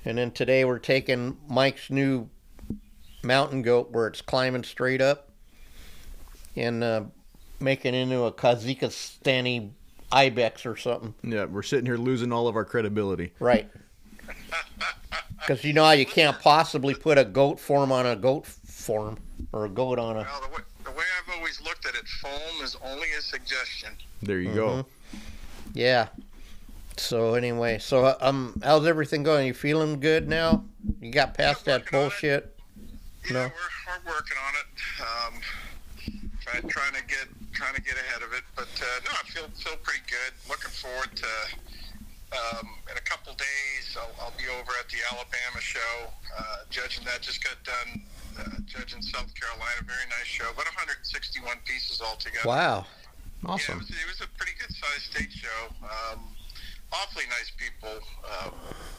Speaker 2: And then today we're taking Mike's new mountain goat where it's climbing straight up and uh making into a Kazakhstani ibex or something.
Speaker 1: Yeah, we're sitting here losing all of our credibility.
Speaker 2: Right. Because you know how you can't possibly put a goat form on a goat form or a goat on a.
Speaker 4: Well, the way, the way I've always looked at it, foam is only a suggestion.
Speaker 1: There you go.
Speaker 2: Mm-hmm. Yeah. So anyway, so uh, um, how's everything going? You feeling good now? You got past that
Speaker 4: working on it.
Speaker 2: bullshit.
Speaker 4: Yeah,
Speaker 2: No.
Speaker 4: we're, we're working on it. Um, try, trying to get trying to get ahead of it, but uh, no, I feel feel pretty good. Looking forward to um, in a couple days. I'll, I'll be over at the Alabama show, uh, judging that just got done. Uh, judging South Carolina, very nice show. About 161 pieces altogether.
Speaker 2: Wow.
Speaker 1: Awesome.
Speaker 4: Yeah, it was, it was a pretty good sized state show. Um, awfully nice people, um,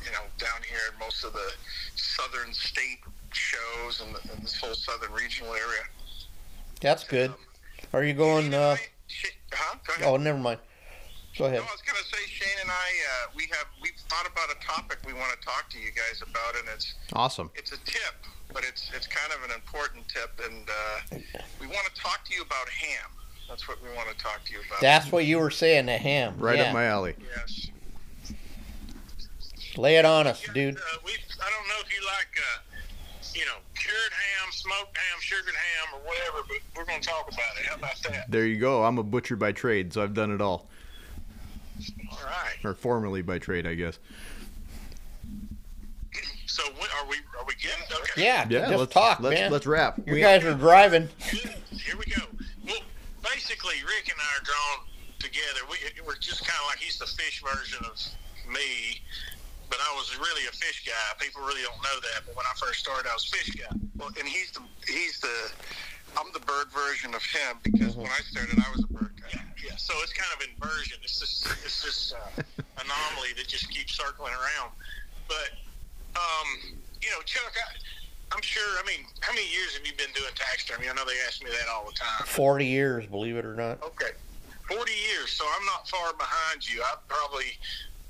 Speaker 4: you know, down here in most of the southern state shows and, the, and this whole southern regional area.
Speaker 2: That's good. Are you going? Uh,
Speaker 4: Sh- huh? Go ahead.
Speaker 2: oh, never mind. Go ahead.
Speaker 4: No, I was gonna say Shane and I, uh, we have we've thought about a topic we want to talk to you guys about, and it's
Speaker 1: Awesome.
Speaker 4: it's a tip, but it's it's kind of an important tip, and uh, we want to talk to you about ham. That's what we want to talk to you about.
Speaker 2: That's what you were saying, the ham.
Speaker 1: Right
Speaker 2: yeah.
Speaker 1: up my alley.
Speaker 4: yes.
Speaker 2: Lay it on us, dude.
Speaker 4: Uh, we, I don't know if you like, uh, you know, cured ham, smoked ham, sugared ham, or whatever, but we're going to talk about it. How about that?
Speaker 1: There you go. I'm a butcher by trade, so I've done it all.
Speaker 4: All right.
Speaker 1: Or formerly by trade, I guess.
Speaker 4: So when, are we are we getting? Okay.
Speaker 2: Yeah.
Speaker 1: Yeah,
Speaker 2: just
Speaker 1: let's
Speaker 2: talk,
Speaker 1: let's,
Speaker 2: man.
Speaker 1: Let's wrap.
Speaker 2: you
Speaker 1: We-
Speaker 2: guys are driving.
Speaker 4: Here we go. Well, basically, Rick and I are drawn together. We, we're just kind of like he's the fish version of me, but I was really a fish guy. People really don't know that, but when I first started, I was fish guy. Well, and he's the he's the I'm the bird
Speaker 3: bird version of him because when I started, I was a bird guy.
Speaker 4: Yeah, yeah. So it's kind of inversion. It's this it's this uh, anomaly that just keeps circling around. But um, you know, Chuck, I, I'm sure. I mean, how many years have you been doing tax term? I know they ask me that all the time.
Speaker 2: Forty years, believe it or not.
Speaker 4: Okay, forty years. So I'm not far behind you. I'm probably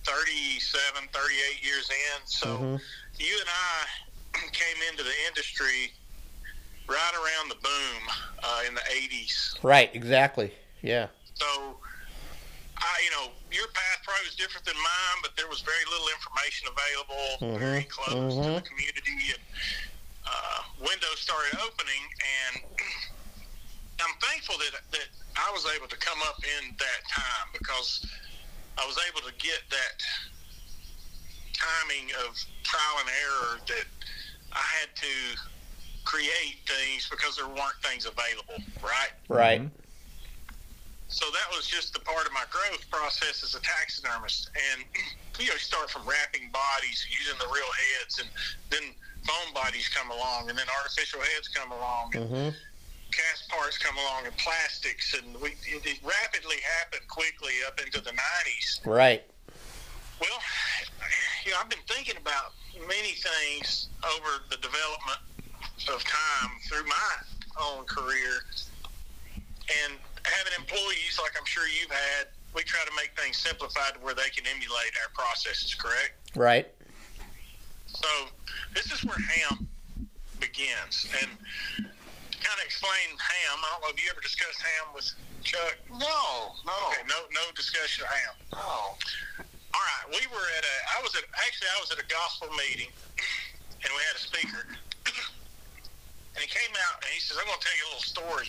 Speaker 4: 37, 38 years in. So
Speaker 1: Mm-hmm.
Speaker 2: Mhm.
Speaker 4: you and I came into the industry right around the boom uh, in the 80s.
Speaker 2: Right, exactly. Yeah.
Speaker 4: So, I, you know, your path probably was different than mine, but there was very little information available,
Speaker 2: Mhm,
Speaker 4: very close to the community, and uh, windows started opening, and I'm thankful that that I was able to come up in that time because I was able to get that timing of trial and error that I had to create things because there weren't things available, right?
Speaker 2: Right.
Speaker 4: so that was just the part of my growth process as a taxidermist. And you know, you start from wrapping bodies, using the real heads, and then foam bodies come along, and then artificial heads come along, and
Speaker 1: Mm-hmm.
Speaker 2: Mhm.
Speaker 4: cast parts come along, and plastics, and we it, it rapidly happened quickly up into the nineties.
Speaker 2: Right.
Speaker 4: Well, you know, I've been thinking about many things over the development of time through my own career, and having employees like I'm sure you've had, we try to make things simplified to where they can emulate our processes. Correct.
Speaker 2: Right.
Speaker 4: So this is where ham begins, and to kind of explain ham. I don't know if you ever discussed ham with Chuck.
Speaker 3: No, no,
Speaker 4: Okay, no, no discussion of ham.
Speaker 3: no.
Speaker 4: All right, we were at a. I was at actually I was at a gospel meeting, and we had a speaker, and he came out and he says, "I'm going to tell you a little story."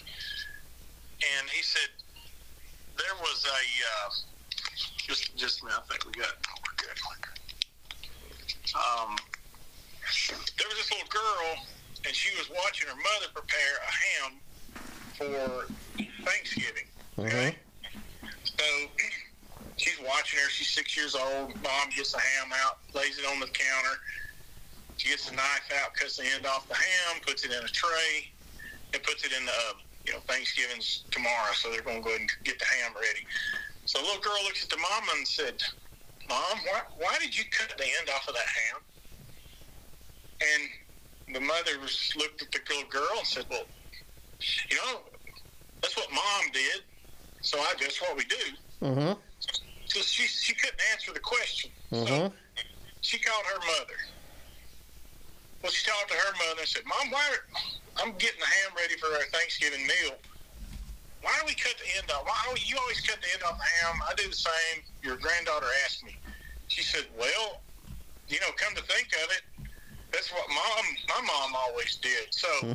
Speaker 4: And he said, "There was a uh, just just a minute, I think we got we're good. We're good. Um, there was this little girl, and she was watching her mother prepare a ham for Thanksgiving.
Speaker 2: Mhm.
Speaker 4: So she's watching her. She's six years old. Mom gets the ham out, lays it on the counter. She gets the knife out, cuts the end off the ham, puts it in a tray, and puts it in the oven. You know, Thanksgiving's tomorrow, so they're going to go ahead and get the ham ready. So the little girl looks at the mom and said, Mom, why, why did you cut the end off of that ham? And the mother was- looked at the little girl and said, Well, you know, that's what mom did, so I guess what we do.
Speaker 2: Mhm.
Speaker 4: So she, she couldn't answer the question. So
Speaker 2: Mhm.
Speaker 4: she called her mother. Well, she talked to her mother and said, Mom, why are, I'm getting the ham ready for our Thanksgiving meal. Why do we cut the end off? Why do you always cut the end off the ham? I do the same. Your granddaughter asked me. She said, Well, you know, come to think of it, that's what mom, my mom always did. So she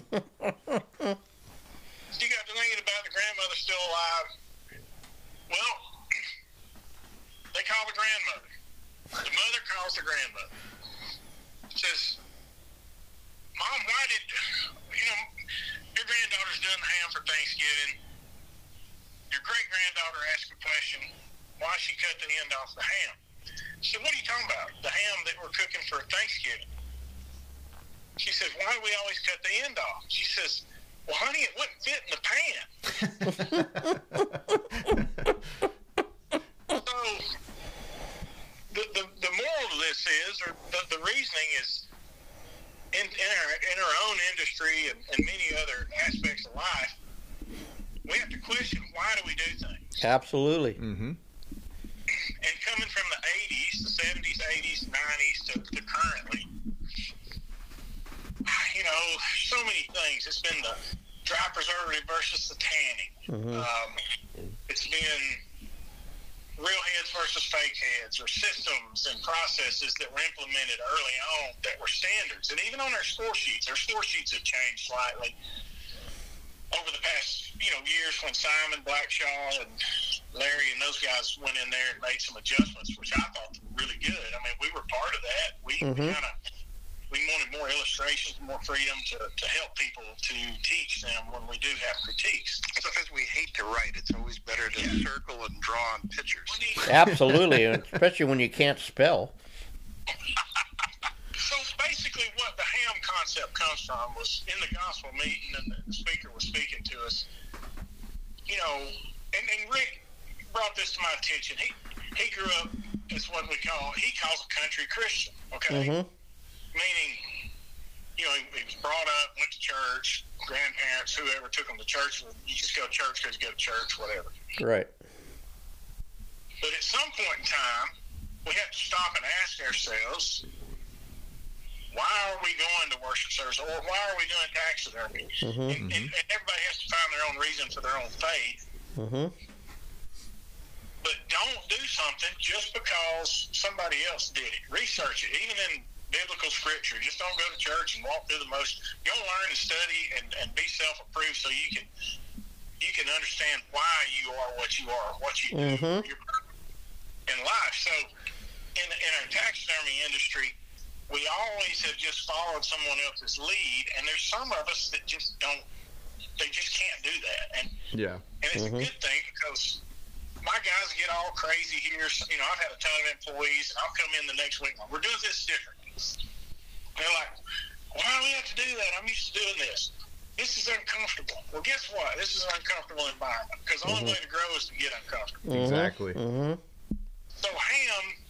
Speaker 4: got to thinking about the grandmother still alive. Well, they call the grandmother. The mother calls the grandmother. Says, Mom, why did, you know, your granddaughter's done the ham for Thanksgiving. Your great granddaughter asked a question why she cut the end off the ham. She said, What are you talking about? The ham that we're cooking for Thanksgiving. She says, Why do we always cut the end off? She says, Well, honey, it wouldn't fit in the pan. So the, the, the moral of this is, or the, the reasoning is, in, in, our, in our own industry and, and many other aspects of life, we have to question why do we do things.
Speaker 2: Absolutely.
Speaker 1: Mm-hmm.
Speaker 4: And coming from the 80s, the 70s, 80s, 90s to, to currently, you know, so many things. It's been the dry preservative versus the tanning.
Speaker 2: Mm-hmm.
Speaker 4: Um, it's been real heads versus fake heads or systems and processes that were implemented early on that were standards. And even on our score sheets, our score sheets have changed slightly over the past, you know, years when Simon Blackshaw and Larry and those guys went in there and made some adjustments, which I thought were really good. I mean, we were part of that. We
Speaker 2: Mhm.
Speaker 4: kind of we wanted more illustrations, more freedom to, to help people to teach them when we do have critiques.
Speaker 3: Because we hate to write, it's always better to circle and draw on pictures.
Speaker 4: We need-
Speaker 2: Absolutely, and especially when you can't spell.
Speaker 4: So basically, what the ham concept comes from was in the gospel meeting, and the speaker was speaking to us know, and, and Rick brought this to my attention. He he grew up as what we call he calls a country Christian. Okay,
Speaker 2: Mhm.
Speaker 4: meaning you know he, he was brought up, went to church, grandparents, whoever took him to church. You just go to church because you go to church, whatever.
Speaker 2: Right.
Speaker 4: But at some point in time, we have to stop and ask ourselves, why are we going to worship service, or why are we doing taxidermy?
Speaker 2: Mhm.
Speaker 4: And, and, and everybody has to find their own reason for their own faith.
Speaker 2: Mhm.
Speaker 4: But don't do something just because somebody else did it. Research it, even in biblical scripture. Just don't go to church and walk through the most. Go learn and study and, and be self-approved so you can you can understand why you are what you are, what you do
Speaker 2: Mhm.
Speaker 4: your purpose in life. So, in in our taxidermy industry, we always have just followed someone else's lead, and there's some of us that just don't. They just can't do that, and
Speaker 1: Yeah.
Speaker 4: and it's
Speaker 2: Mhm.
Speaker 4: a good thing because my guys get all crazy here. So, you know, I've had a ton of employees, and I'll come in the next week. and We're doing this different. They're like, why do we have to do that? I'm used to doing this. This is uncomfortable. Well, guess what? This is an uncomfortable environment because the only way to grow is to get uncomfortable.
Speaker 2: Mhm.
Speaker 1: Exactly.
Speaker 2: Mhm.
Speaker 4: So ham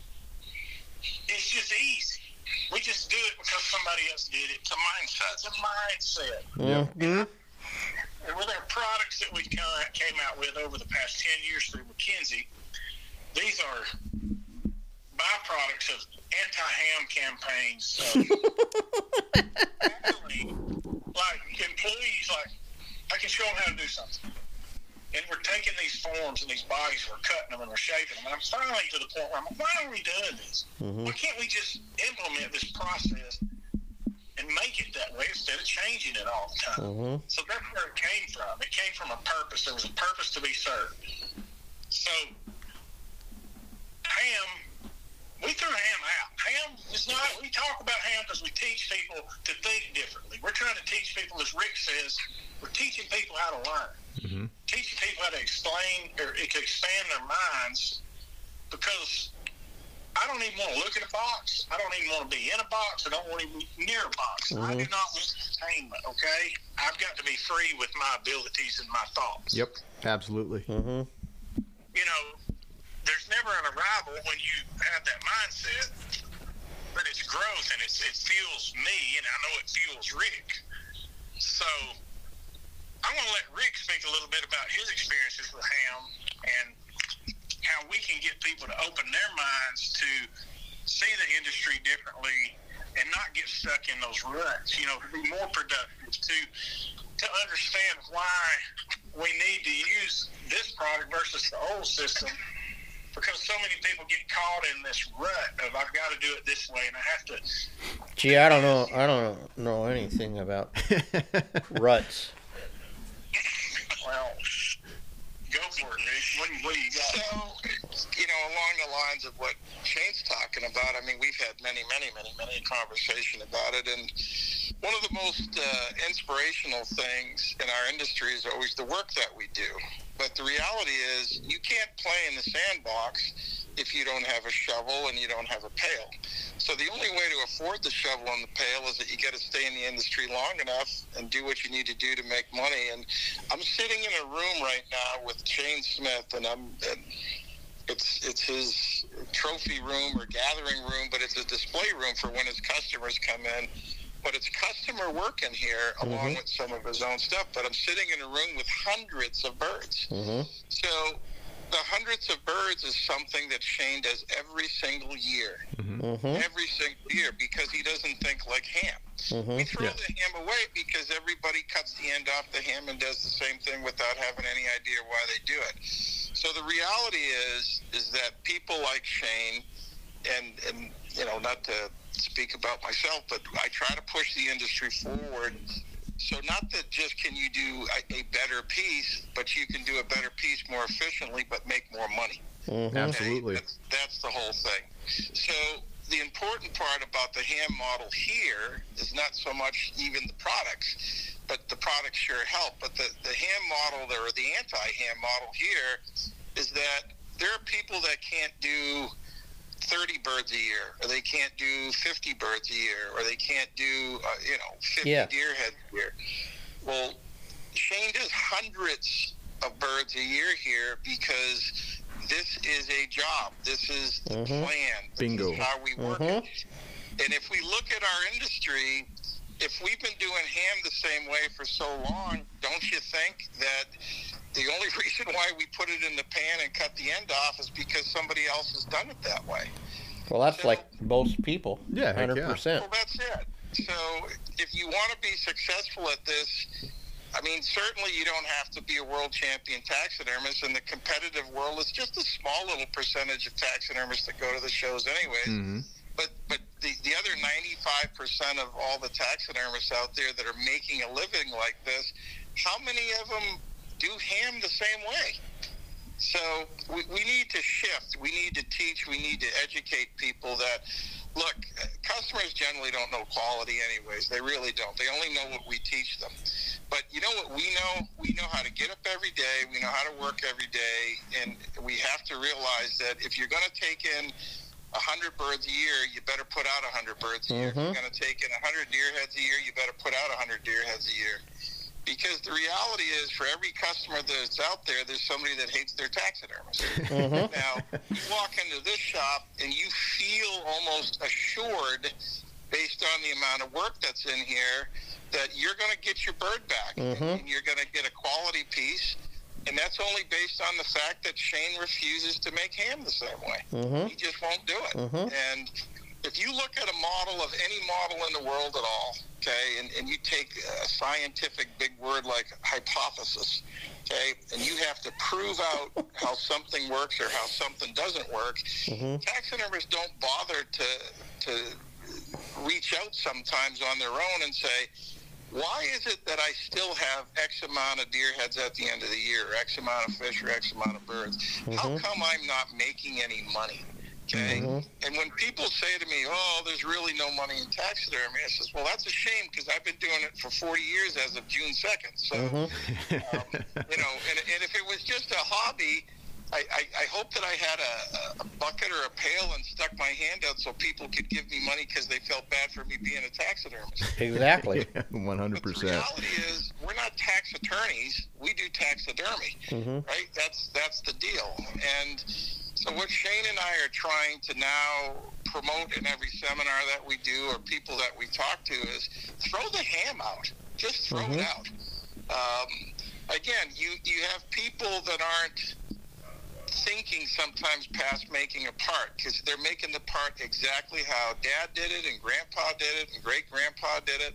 Speaker 4: is just easy. We just do it because somebody else did it. It's a mindset. It's a mindset.
Speaker 1: Yep.
Speaker 2: Mhm.
Speaker 4: And with our products that we kind of came out with over the past 10 years through McKinsey, these are byproducts of anti-ham campaigns. So actually, like employees, like I can show them how to do something. And we're taking these forms and these bodies, we're cutting them and we're shaping them. And I'm finally to the point where I'm like, why are we doing this? Why can't we just implement this process and make it that way instead of changing it all the time?
Speaker 2: Mhm.
Speaker 4: So that's where it came from. It came from a purpose. There was a purpose to be served. So ham, we threw ham out. Ham is not. We talk about ham because we teach people to think differently. We're trying to teach people, as Rick says, we're teaching people how to learn,
Speaker 1: Mhm.
Speaker 4: teaching people how to explain or to expand their minds, because. I don't even want to look at a box. I don't even want to be in a box. I don't want to be near a box. I do not want entertainment, okay? I've got to be free with my abilities and my thoughts.
Speaker 1: Yep. Absolutely.
Speaker 2: Mhm.
Speaker 4: You know, there's never an arrival when you have that mindset, but it's growth and it's, it fuels me, and I know it fuels Rick. So I'm going to let Rick speak a little bit about his experiences with ham and how we can get people to open their minds to see the industry differently and not get stuck in those ruts, you know, to be more productive, to to understand why we need to use this product versus the old system because so many people get caught in this rut of I've got to do it this way and I have to
Speaker 2: Gee, I don't know. I don't know anything about Mm-hmm. ruts.
Speaker 4: well go for it, Nick. What, do you- what do you got?
Speaker 3: So, you know, along the lines of what Shane's talking about, I mean, we've had many, many, many, many conversation about it, and one of the most uh, inspirational things in our industry is always the work that we do. But the reality is, you can't play in the sandbox if you don't have a shovel and you don't have a pail. So the only way to afford the shovel and the pail is that you got to stay in the industry long enough and do what you need to do to make money. And I'm sitting in a room right now with Shane Smith, and I'm. And it's it's his trophy room or gathering room, but it's a display room for when his customers come in. But it's customer work in here, along
Speaker 2: Mhm.
Speaker 3: with some of his own stuff. But I'm sitting in a room with hundreds of birds.
Speaker 2: Mhm.
Speaker 3: So the hundreds of birds is something that Shane does every single year,
Speaker 2: Mhm.
Speaker 3: every single year, because he doesn't think like ham. We
Speaker 2: Mhm.
Speaker 3: throw
Speaker 1: Yeah.
Speaker 3: the ham away because everybody cuts the end off the ham and does the same thing without having any idea why they do it. So the reality is is that people like Shane and and you know not to speak about myself, but I try to push the industry forward. So not that just can you do a, a better piece, but you can do a better piece more efficiently, but make more money.
Speaker 2: Mhm.
Speaker 1: Absolutely.
Speaker 3: That's, that's the whole thing. So the important part about the ham model here is not so much even the products, but the products sure help. But the, the ham model there, or the anti-ham model here, is that there are people that can't do 30 birds a year, or they can't do 50 birds a year, or they can't do, uh, you know, 50
Speaker 2: Yeah.
Speaker 3: deer heads a year. Well, Shane does hundreds of birds a year here because this is a job. This is the plan. This
Speaker 1: Bingo.
Speaker 3: is how we work it. And if we look at our industry, if we've been doing ham the same way for so long, don't you think that the only reason why we put it in the pan and cut the end off is because somebody else has done it that way?
Speaker 2: Well, that's like most people.
Speaker 1: Yeah, heck yeah.
Speaker 2: hundred percent.
Speaker 3: Well, that's it. So if you want to be successful at this, I mean, certainly you don't have to be a world champion taxidermist, and the competitive world is just a small little percentage of taxidermists that go to the shows, anyways.
Speaker 1: Hmm.
Speaker 3: But but the, the other ninety five percent of all the taxidermists out there that are making a living like this, how many of them do ham the same way? So we, we need to shift. We need to teach. We need to educate people that, look, customers generally don't know quality, anyways. They really don't. They only know what we teach them. But you know what we know? We know how to get up every day. We know how to work every day. And we have to realize that if you're going to take in 100 birds a year, you better put out 100 birds a year. If you're going to take in 100 deer heads a year, you better put out 100 deer heads a year. Because the reality is, for every customer that's out there, there's somebody that hates their taxidermist. Now, you walk into this shop and you feel almost assured, based on the amount of work that's in here, that you're going to get your bird back and you're going to get a quality piece. And that's only based on the fact that Shane refuses to make ham the same way.
Speaker 2: Mm-hmm.
Speaker 3: He just won't do it. And if you look at a model of any model in the world at all, okay, and, and you take a scientific big word like hypothesis, okay, and you have to prove out how something works or how something doesn't work,
Speaker 2: Mm-hmm.
Speaker 3: taxidermists don't bother to, to reach out sometimes on their own and say, why is it that I still have X amount of deer heads at the end of the year, or X amount of fish, or X amount of birds? How come I'm not making any money? Okay. And when people say to me, "Oh, there's really no money in taxidermy," I says, "Well, that's a shame because I've been doing it for 40 years as of June 2nd. So,
Speaker 2: Mm-hmm.
Speaker 1: Mm-hmm.
Speaker 3: um, you know, and, and if it was just a hobby, I, I, I hope that I had a, a bucket or a pail and stuck my hand out so people could give me money because they felt bad for me being a taxidermist.
Speaker 2: Exactly.
Speaker 1: One hundred
Speaker 3: But the
Speaker 1: percent.
Speaker 3: reality is, we're not tax attorneys. We do taxidermy,
Speaker 2: Mm-hmm.
Speaker 3: right? That's that's the deal. And so, what Shane and I are trying to now promote in every seminar that we do or people that we talk to is throw the ham out. Just throw it out. Um, again, you you have people that aren't thinking sometimes past making a part because they're making the part exactly how dad did it and grandpa did it and great grandpa did it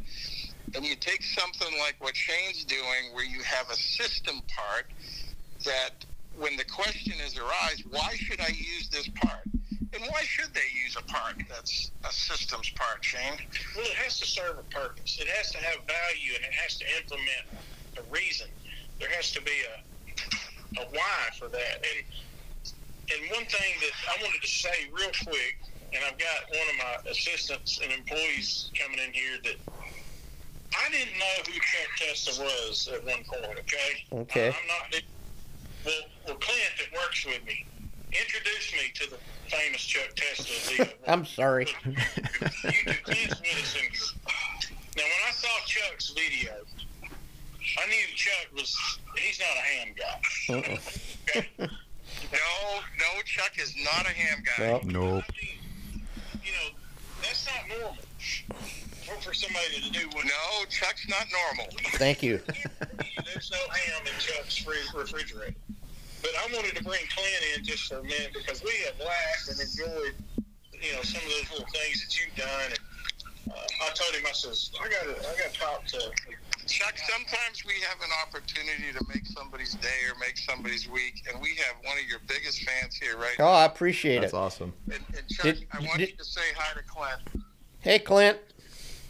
Speaker 3: and you take something like what shane's doing where you have a system part that when the question is arise why should i use this part and why should they use a part that's a systems part shane
Speaker 4: Well, it has to serve a purpose. It has to have value, and it has to implement a reason. There has to be a a why for that. And and one thing that I wanted to say real quick, and I've got one of my assistants and employees coming in here that I didn't know who Clint Testa was at one point. Okay.
Speaker 2: Okay.
Speaker 4: I, I'm not. Well, well, Clint that works with me introduced me to the famous Chuck Testa. deal.
Speaker 2: I'm sorry.
Speaker 4: you do plants medicine. Now, when I saw Chuck's video, I knew Chuck was, he's not a ham guy. Okay?
Speaker 3: no no chuck is not a ham guy
Speaker 2: No.
Speaker 1: Nope.
Speaker 4: I mean, you know, that's not normal for, for somebody to do what
Speaker 3: no chuck's not normal
Speaker 2: Thank you.
Speaker 4: There's no ham in Chuck's free refrigerator. But I wanted to bring Clint in just for a minute because we have laughed and enjoyed, you know, some of those little things that you've done. And uh, I told him, I says, I got to, I got to talk to
Speaker 3: Chuck, sometimes we have an opportunity to make somebody's day or make somebody's week, and we have one of your biggest fans here right
Speaker 2: Oh, I appreciate
Speaker 1: That's
Speaker 2: it.
Speaker 1: awesome.
Speaker 3: now. And, and Chuck,
Speaker 2: Did-
Speaker 3: I want
Speaker 2: did-
Speaker 3: you to say hi to Clint.
Speaker 2: Hey, Clint.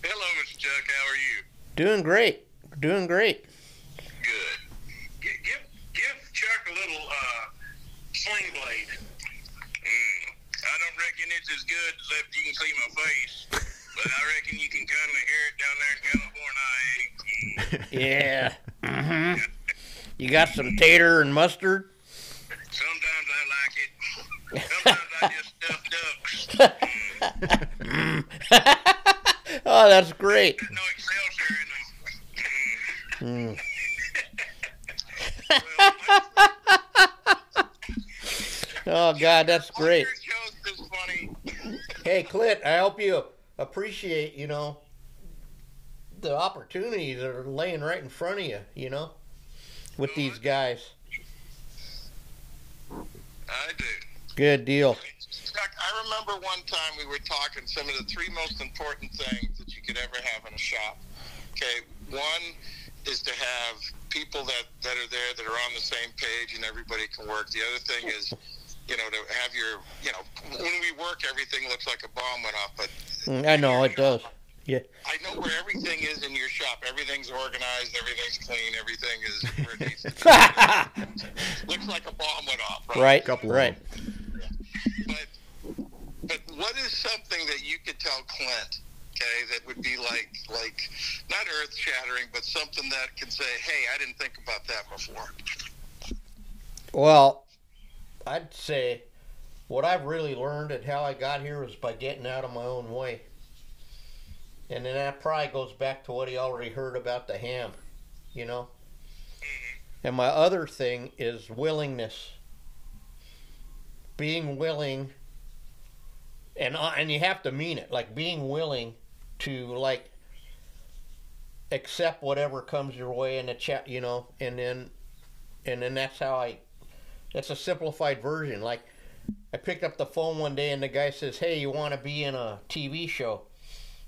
Speaker 3: Hello, Mr. Chuck. How are you?
Speaker 2: Doing great. Doing great.
Speaker 4: good. Give, give, give Chuck a little uh, sling blade.
Speaker 3: Mm, I don't reckon it's as good as if you can see my face, but I reckon you can kind of hear it down there in California.
Speaker 2: Yeah. hmm You got some tater and mustard?
Speaker 3: Sometimes I like it. Sometimes I just stuff ducks.
Speaker 2: Oh, that's great.
Speaker 3: No Excelsior in them.
Speaker 2: Mm.
Speaker 3: well, my
Speaker 2: Oh God, that's great.
Speaker 3: Your joke is funny.
Speaker 2: Hey, Clit, I hope you appreciate, you know, the opportunities that are laying right in front of you, you know, with these guys.
Speaker 3: I do.
Speaker 2: Good deal.
Speaker 3: Chuck, I remember one time we were talking some of the three most important things that you could ever have in a shop. Okay, one is to have people that, that are there that are on the same page and everybody can work. The other thing is, you know, to have your, you know, when we work, everything looks like a bomb went off, but
Speaker 2: Mm, I know it does.
Speaker 3: I know where everything is in your shop. Everything's organized, everything's clean, everything is where it needs to be. Looks like a bomb went off, right?
Speaker 2: right,
Speaker 1: Couple of
Speaker 2: right.
Speaker 3: but but what is something that you could tell Clint, okay, that would be like like not earth shattering, but something that can say, hey, I didn't think about that before.
Speaker 2: Well, I'd say what I've really learned and how I got here was by getting out of my own way. And then that probably goes back to what he already heard about the ham, you know? And my other thing is willingness. Being willing, and, uh, and you have to mean it, like being willing to, like, accept whatever comes your way in the chat, you know, and then, and then that's how I that's a simplified version. Like, I picked up the phone one day and the guy says, "Hey, you want to be in a TV show?"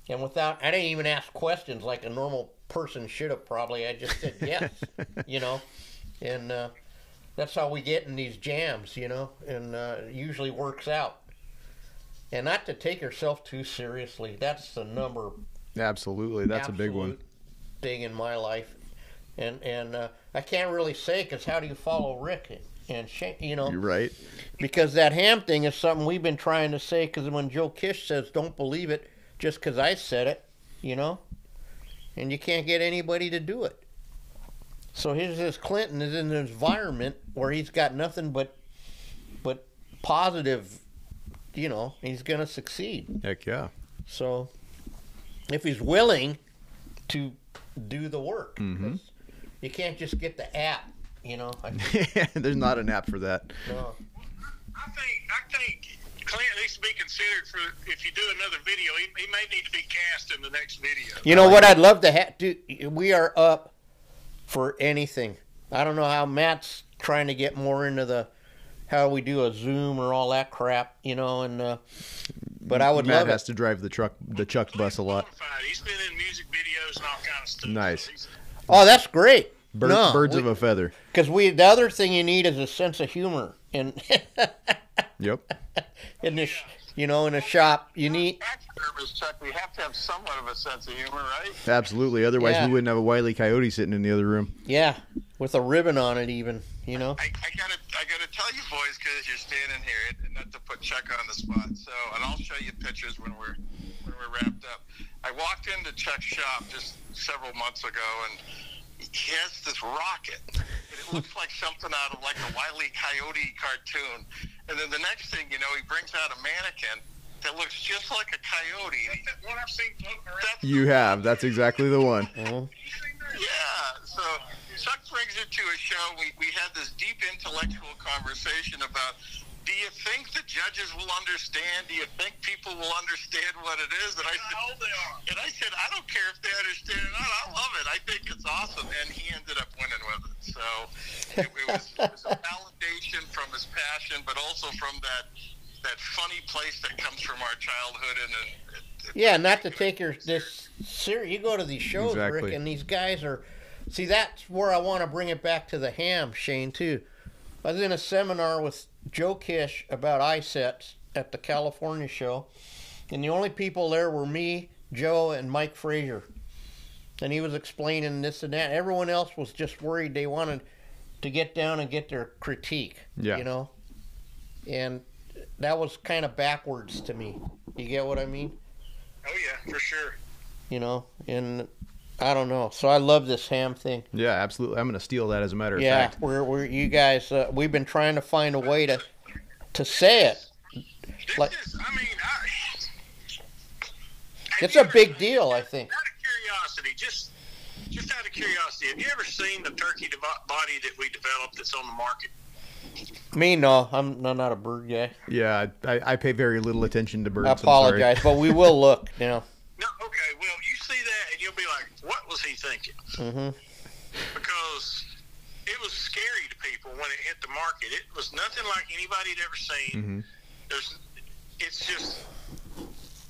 Speaker 2: And without, I didn't even ask questions like a normal person should have. Probably, I just said yes, you know. And uh, that's how we get in these jams, you know. And uh, it usually works out. And not to take yourself too seriously. That's the number
Speaker 1: Absolutely, that's a big one.
Speaker 2: absolute Thing in my life, and and uh, I can't really say because how do you follow Rick and Shane? You know,
Speaker 1: You're right.
Speaker 2: because that ham thing is something we've been trying to say. Because when Joe Kish says, "Don't believe it," just because I said it, you know, and you can't get anybody to do it. So here's this Clinton is in an environment where he's got nothing but but positive. You know, he's gonna succeed.
Speaker 1: Heck yeah.
Speaker 2: So, if he's willing to do the work, 'cause you can't just get the app. You know, I,
Speaker 1: There's not an app for that.
Speaker 2: no.
Speaker 4: I think I think Clint needs to be considered for if you do another video. He, he may need to be cast in the next video.
Speaker 2: you know what? I'd love to have. Dude, we are up for anything. I don't know how Matt's trying to get more into the how we do a Zoom or all that crap. You know, and uh, but I would
Speaker 1: Matt
Speaker 2: love
Speaker 1: has
Speaker 2: it.
Speaker 1: to drive the truck, the Chuck bus a lot.
Speaker 4: Qualified. He's been in music videos and all kind of stuff.
Speaker 1: Nice.
Speaker 4: He's-
Speaker 2: Oh, that's great.
Speaker 1: Birds, birds of a feather.
Speaker 2: because we the other thing you need is a sense of humor and
Speaker 1: Yep.
Speaker 2: in this you know in a shop you need
Speaker 3: That's nervous, Chuck. We have to have somewhat of a sense of humor, right?
Speaker 1: Absolutely. Otherwise,
Speaker 2: Yeah.
Speaker 1: we wouldn't have a wily coyote sitting in the other room.
Speaker 2: Yeah, with a ribbon on it, even. You know.
Speaker 3: I, I gotta I gotta tell you boys because you're standing here and not to put Chuck on the spot. So and I'll show you pictures when we're when we're wrapped up. I walked into Chuck's shop just several months ago and he has this rocket. And it looks like something out of like a Wile E. Coyote cartoon. And then the next thing you know, he brings out a mannequin that looks just like a coyote.
Speaker 4: Ain't that one I've seen floating around?
Speaker 3: That's
Speaker 1: You have. That's exactly the one.
Speaker 2: Mhm.
Speaker 4: You seen that?
Speaker 3: yeah. So Chuck brings it to a show. We, we had this deep intellectual conversation about do you think the judges will understand? Do you think people will understand what it is? And I
Speaker 4: How old
Speaker 3: said,
Speaker 4: they are?
Speaker 3: and I said, I don't care if they understand or not. I love it. I think it's awesome. And he ended up winning with it. So it, it, was, it was a validation from his passion, but also from that that funny place that comes from our childhood. And it, it,
Speaker 2: Yeah, not to take your this serious. You go to these shows,
Speaker 1: Exactly.
Speaker 2: Rick, and these guys are. See, that's where I want to bring it back to the ham, Shane. Too. I was in a seminar with Joe Kish about ISETs at the California show, and the only people there were me, Joe, and Mike Frazier. And he was explaining this and that. Everyone else was just worried they wanted to get down and get their critique.
Speaker 1: Yeah.
Speaker 2: You know? And that was kind of backwards to me. You get what I mean?
Speaker 4: Oh yeah, for sure.
Speaker 2: you know, and I don't know. So I love this ham thing.
Speaker 1: Yeah, absolutely. I'm going to steal that as a matter of
Speaker 2: Yeah,
Speaker 1: fact.
Speaker 2: we're, we're you guys. Uh, we've been trying to find a way to to say it.
Speaker 4: This
Speaker 2: Like-
Speaker 4: is. I mean, I. Have
Speaker 2: It's
Speaker 4: you
Speaker 2: a
Speaker 4: ever-
Speaker 2: big deal, I think.
Speaker 4: Out of curiosity, just just out of curiosity, have you ever seen the turkey devo- body that we developed that's on the market?
Speaker 2: Me, no. I'm no, not a bird guy.
Speaker 1: Yeah, I, I pay very little attention to birds.
Speaker 2: I
Speaker 1: I'm sorry.
Speaker 2: apologize, but we will look now.
Speaker 4: No, okay. Well, you see that, and you'll be like, "What was he thinking?"
Speaker 2: hmm
Speaker 4: Because it was scary to people when it hit the market. It was nothing like anybody had ever seen.
Speaker 1: Mhm.
Speaker 4: There's, it's just,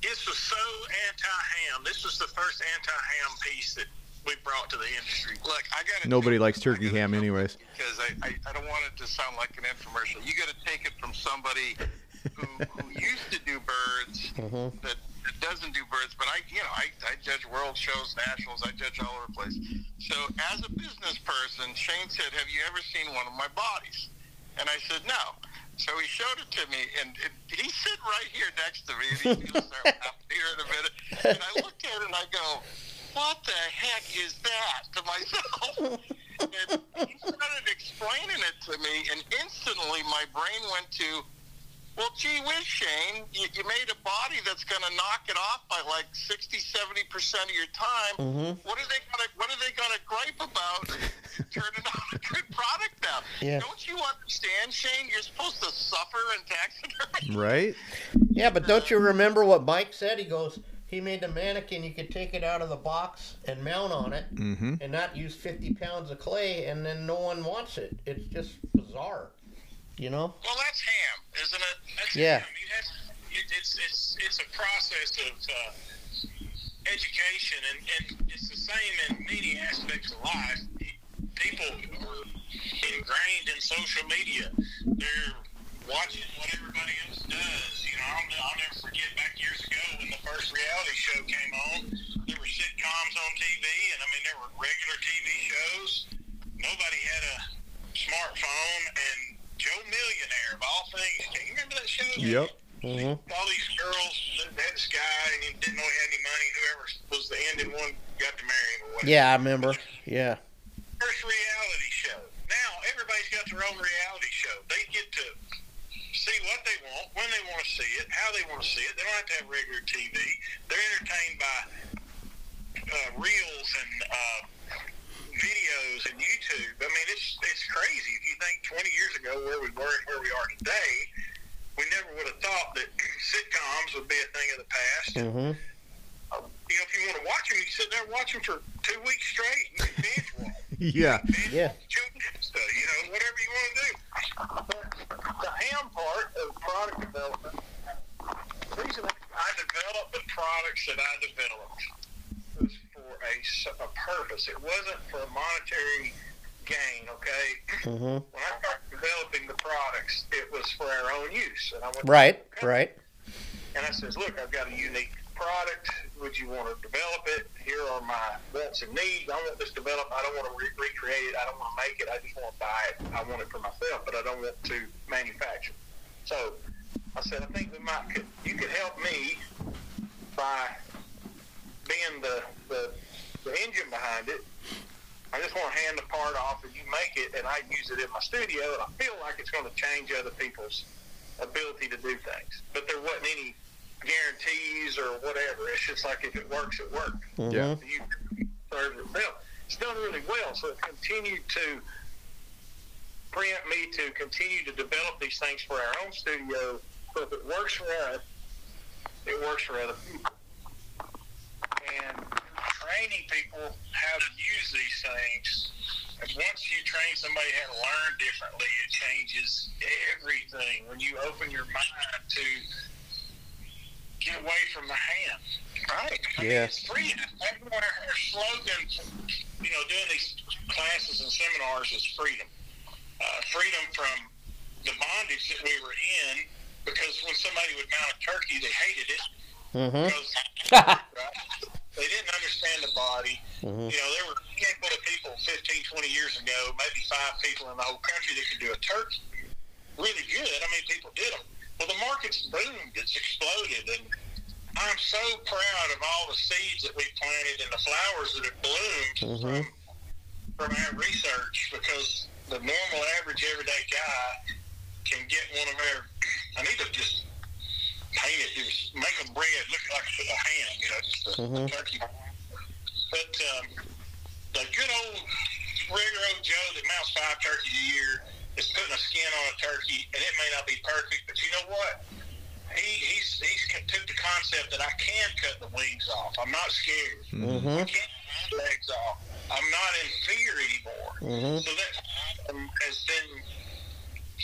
Speaker 4: this was so anti-ham. This was the first anti-ham piece that we brought to the industry.
Speaker 3: Look, I got
Speaker 1: Nobody likes turkey ham, anyways.
Speaker 3: because I, I, I don't want it to sound like an infomercial. You got to take it from somebody who, who used to do birds
Speaker 2: Mhm.
Speaker 3: that, that doesn't do birds. But I, you know, I, I judge world shows, nationals. I judge all over the place. So as a business person, Shane said, "Have you ever seen one of my bodies?" And I said, "No." So he showed it to me, and it, he's sitting right here next to me. And he's gonna start laughing here in a minute. And I looked at it and I go, "What the heck is that?" To myself. And he started explaining it to me, and instantly my brain went to, well, gee whiz, Shane, you, you made a body that's going to knock it off by like 60, 70% of your time.
Speaker 2: Mhm.
Speaker 3: What are they going to What are they going to gripe about turning out a good product now?
Speaker 2: Yeah.
Speaker 3: Don't you understand, Shane? You're supposed to suffer in taxidermy.
Speaker 1: Right?
Speaker 2: Yeah, but don't you remember what Mike said? He goes, he made the mannequin. You could take it out of the box and mount on it,
Speaker 1: Mm-hmm.
Speaker 2: and not use 50 pounds of clay, and then no one wants it. It's just bizarre, you know.
Speaker 4: Well, that's ham, isn't it? That's
Speaker 2: Yeah.
Speaker 4: Ham. You have, it, it's it's it's a process of uh, education, and, and it's the same in many aspects of life. People are ingrained in social media. They're watching what everybody else does. You know, I'll, ne- I'll never forget back years ago when the first reality show came on. There were sitcoms on TV, and I mean there were regular TV shows nobody had a smartphone, and Joe Millionaire of all things. Can you remember that show?
Speaker 1: Yep.
Speaker 2: Mm-hmm.
Speaker 4: All these girls, that, that this guy, and he didn't know he had any money. Whoever was the ending one got to marry him or whatever.
Speaker 2: Yeah, I remember. Yeah.
Speaker 4: First reality show. Now everybody's got their own reality show. They get to see what they want, when they want to see it, how they want to see it. They don't have to have regular TV. They're entertained by uh, reels and uh, videos and YouTube. I mean, it's it's crazy. If you think 20 years ago where we were and where we are today, we never would have thought that sitcoms would be a thing of the past.
Speaker 2: Mm-hmm.
Speaker 4: You know, if you want to watch them, you sit there and watch them for two weeks straight. You can binge watch
Speaker 1: Yeah.
Speaker 2: Yeah.
Speaker 4: children's day, you know, whatever you want to do. But the ham part of product development, the reason I developed the products that I developed was for a, s- a purpose. It wasn't for a monetary gain, okay?
Speaker 2: Mm-hmm.
Speaker 4: When I started developing the products, it was for our own use. And I went
Speaker 2: Right.
Speaker 4: to
Speaker 2: Right.
Speaker 4: and I says, look, I've got a unique product. Would you want to develop it? Here are my wants and needs. I want this developed. I don't want to re- recreate it. I don't want to make it. I just want to buy it. I want it for myself, but I don't want to manufacture. So I said, I think we might could you could help me by being the the, the engine behind it. I just want to hand the part off and you make it, and I use it in my studio, and I feel like it's going to change other people's ability to do things. But there wasn't any guarantees or whatever. It's just like if it works, it works.
Speaker 1: Yeah.
Speaker 4: You serve it well. It's done really well, so it continued to preempt me to continue to develop these things for our own studio. So if it works for us, it works for other people. And training people how to use these things. And once you train somebody how to learn differently, it changes everything. When you open your mind to get away from the ham, right? I mean,
Speaker 2: Yeah.
Speaker 4: it's free. Everyone, her slogan, you know, doing these classes and seminars is freedom. Uh, freedom from the bondage that we were in, because when somebody would mount a turkey, they hated it
Speaker 2: Mm-hmm.
Speaker 4: because right? they didn't understand the body.
Speaker 2: Mhm.
Speaker 4: You know, there were a handful of people 15, 20 years ago, maybe five people in the whole country that could do a turkey really good. I mean, people did them. Well, the market's boomed. It's exploded. And I'm so proud of all the seeds that we planted and the flowers that have bloomed
Speaker 2: Mhm.
Speaker 4: from, from our research because the normal, average, everyday guy can get one of our. I need to just paint it, just make a bread look like a ham, you know, just a
Speaker 2: Mhm.
Speaker 4: turkey. But um, the good old regular old Joe that mounts five turkeys a year is putting a skin on a turkey, and it may not be perfect, but you know what? He he's he's con- took the concept that I can cut the wings off. I'm not scared. I
Speaker 2: Mm-hmm.
Speaker 4: can't cut my legs off. I'm not in fear anymore.
Speaker 2: Mhm.
Speaker 4: So that um, has been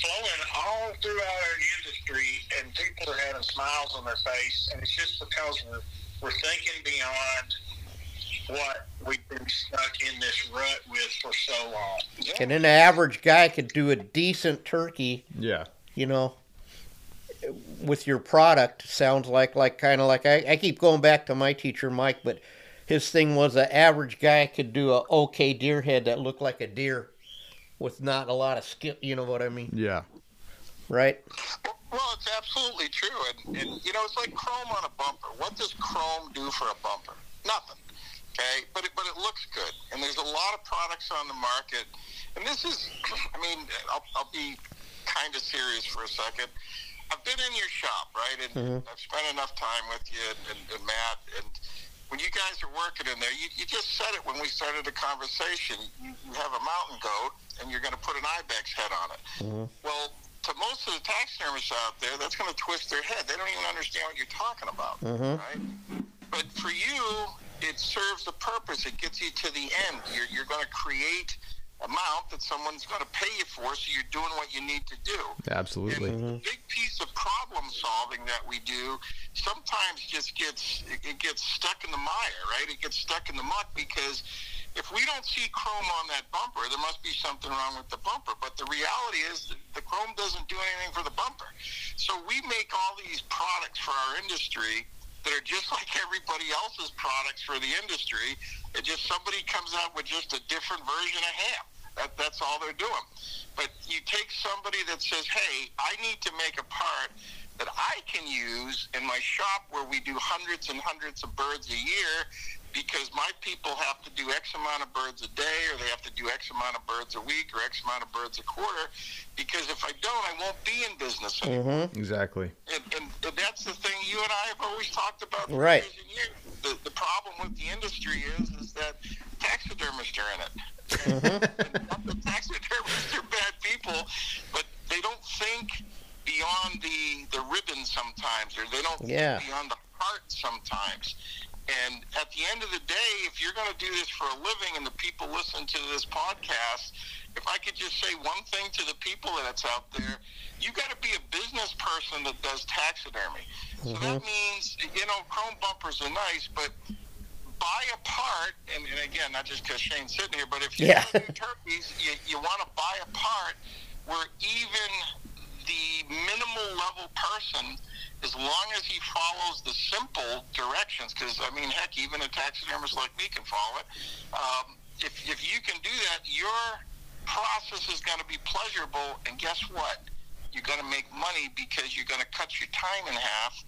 Speaker 4: flowing all throughout our industry, and people are having smiles on their face, and it's just because we're we're thinking beyond what we've been stuck in this rut with for so long.
Speaker 2: And then the average guy could do a decent turkey,
Speaker 1: Yeah.
Speaker 2: you know, with your product. Sounds like like kind of like I, I keep going back to my teacher Mike, but his thing was the average guy could do a okay deer head that looked like a deer, with not a lot of skill. You know what I mean,
Speaker 1: Yeah.
Speaker 2: right?
Speaker 3: Well, it's absolutely true, and, and you know it's like chrome on a bumper. What does chrome do for a bumper? Nothing. Okay, but it, but it looks good, and there's a lot of products on the market, and this is, I mean, I'll, I'll be kind of serious for a second. I've been in your shop, right, and I've spent enough time with you and, and Matt, and when you guys are working in there, you, you just said it when we started the conversation. You, you have a mountain goat, and you're going to put an ibex head on it. Well, to most of the taxidermists out there, that's going to twist their head. They don't even understand what you're talking about, right? But for you, it serves a purpose. It gets you to the end. You're, you're going to create a mount that someone's going to pay you for, so you're doing what you need to do.
Speaker 1: Absolutely.
Speaker 3: And the big piece of problem solving that we do sometimes just gets it, it gets stuck in the mire, right? It gets stuck in the muck because if we don't see chrome on that bumper, there must be something wrong with the bumper. But the reality is that the chrome doesn't do anything for the bumper. So we make all these products for our industry that are just like everybody else's products for the industry. It just somebody comes out with just a different version of ham. That, that's all they're doing. But you take somebody that says, "Hey, I need to make a part that I can use in my shop where we do hundreds and hundreds of birds a year." Because my people have to do X amount of birds a day, or they have to do X amount of birds a week, or X amount of birds a quarter. Because if I don't, I won't be in business anymore
Speaker 2: Mm-hmm.
Speaker 1: Exactly.
Speaker 3: and, and, and that's the thing you and I have always talked about. for
Speaker 2: Right.
Speaker 3: years and years. The, the problem with the industry is is that taxidermists are in it. Not that taxidermists are bad people, but they don't think beyond the the ribbon sometimes, or they don't
Speaker 2: Yeah.
Speaker 3: think beyond the heart sometimes. And at the end of the day, if you're going to do this for a living, and the people listen to this podcast, if I could just say one thing to the people that's out there, you got to be a business person that does taxidermy. So that means, you know, chrome bumpers are nice, but buy a part, and, and again, not just because Shane's sitting here, but if you
Speaker 2: Yeah.
Speaker 3: want to do turkeys, you, you want to buy a part where even the minimal level person, as long as he follows the simple directions, because I mean, heck, even a taxidermist like me can follow it. Um, if, if you can do that, your process is going to be pleasurable, and guess what? You're going to make money because you're going to cut your time in half,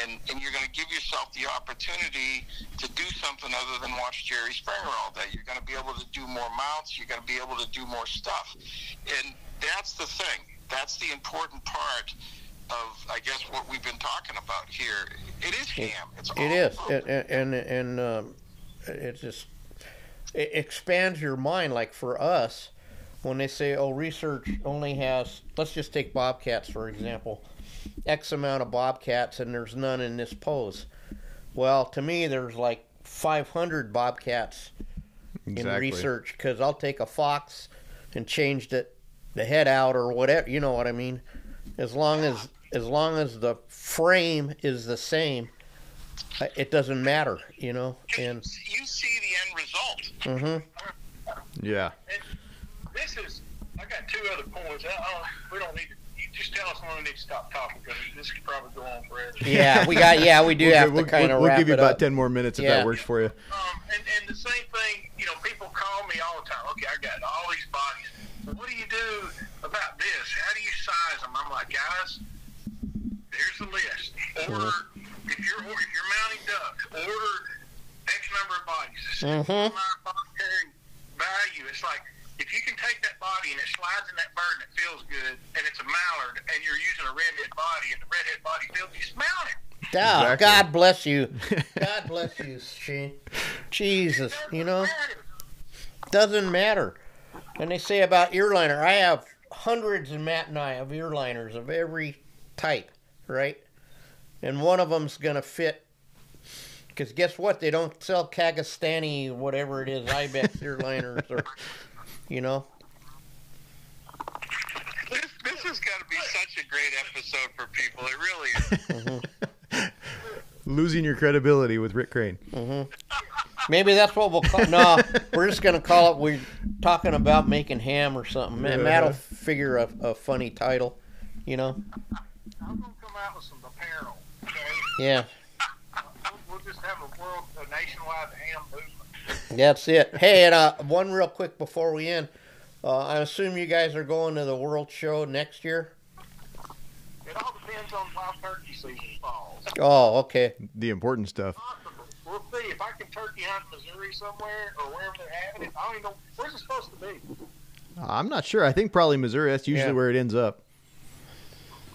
Speaker 3: and, and you're going to give yourself the opportunity to do something other than watch Jerry Springer all day. You're going to be able to do more mounts. You're going to be able to do more stuff, and that's the thing. That's the important part of, I guess, what we've been talking about here. It is ham. It's all
Speaker 2: It is,
Speaker 3: about
Speaker 2: and and, and um, it just it expands your mind. Like for us, when they say, "Oh, research only has," let's just take bobcats for example, X amount of bobcats, and there's none in this pose. Well, to me, there's like 500 bobcats in
Speaker 1: Exactly.
Speaker 2: research because I'll take a fox and change it, the head out or whatever. You know what I mean? As long as as long as the frame is the same, I- it doesn't matter. You know? And
Speaker 4: You see the end result.
Speaker 2: hmm
Speaker 1: Yeah.
Speaker 4: This is. I got two other points. I don't, we don't need. to You just tell us when we need to stop talking because this could probably go on forever.
Speaker 2: yeah, we got yeah, we do
Speaker 1: We'll-
Speaker 2: have
Speaker 1: we'll,
Speaker 2: to kind of
Speaker 1: we'll
Speaker 2: wrap
Speaker 1: give you
Speaker 2: it
Speaker 1: about
Speaker 2: up.
Speaker 1: 10 more minutes if
Speaker 2: Yeah.
Speaker 1: that works for you.
Speaker 4: Um, and, and the same thing, you know, people call me all the time. Okay, I got all these bodies. What do you do about this? How do you size them? I'm like, guys, there's the list. Order if you're or- if you're mounting ducks, order X number of bodies. This is
Speaker 2: Mhm.
Speaker 4: my voluntary value. It's like if you can take that body and it slides in that bird and it feels good, and it's a mallard, and you're using a redhead body, and the redhead body feels, you just mount it.
Speaker 2: Ah,
Speaker 1: Exactly.
Speaker 2: God bless you. God bless you, Shane. Jesus, you know.
Speaker 4: Doesn't matter.
Speaker 2: doesn't matter. And they say about earliner, I have hundreds and Matt and I of earliners of every type, right? And one of them's gonna fit. Because guess what? They don't sell Kagastani, whatever it is, Ibex earliners, or you know.
Speaker 3: This, this has got to be such a great episode for people. It really is.
Speaker 1: Losing your credibility with Rick Crane.
Speaker 2: Maybe that's what we'll call. No, we're just gonna call it. We're talking about making ham or something. Man, Matt'll
Speaker 1: Uh-huh.
Speaker 2: figure a, a funny title, you know.
Speaker 4: I'm gonna come out with some apparel. Okay,
Speaker 2: Yeah,
Speaker 4: we'll, we'll just have a world, a nationwide ham movement.
Speaker 2: that's it. Hey, and uh, one real quick before we end. Uh, I assume you guys are going to the World Show next year.
Speaker 4: It all depends on how turkey season falls.
Speaker 2: Oh, okay.
Speaker 1: The important stuff.
Speaker 4: Possibly. We'll see if I can turkey hunt Missouri somewhere or wherever they're having it. I don't even know where's it supposed to be.
Speaker 1: I'm not sure. I think probably Missouri. That's usually
Speaker 2: Yeah.
Speaker 1: where it ends up.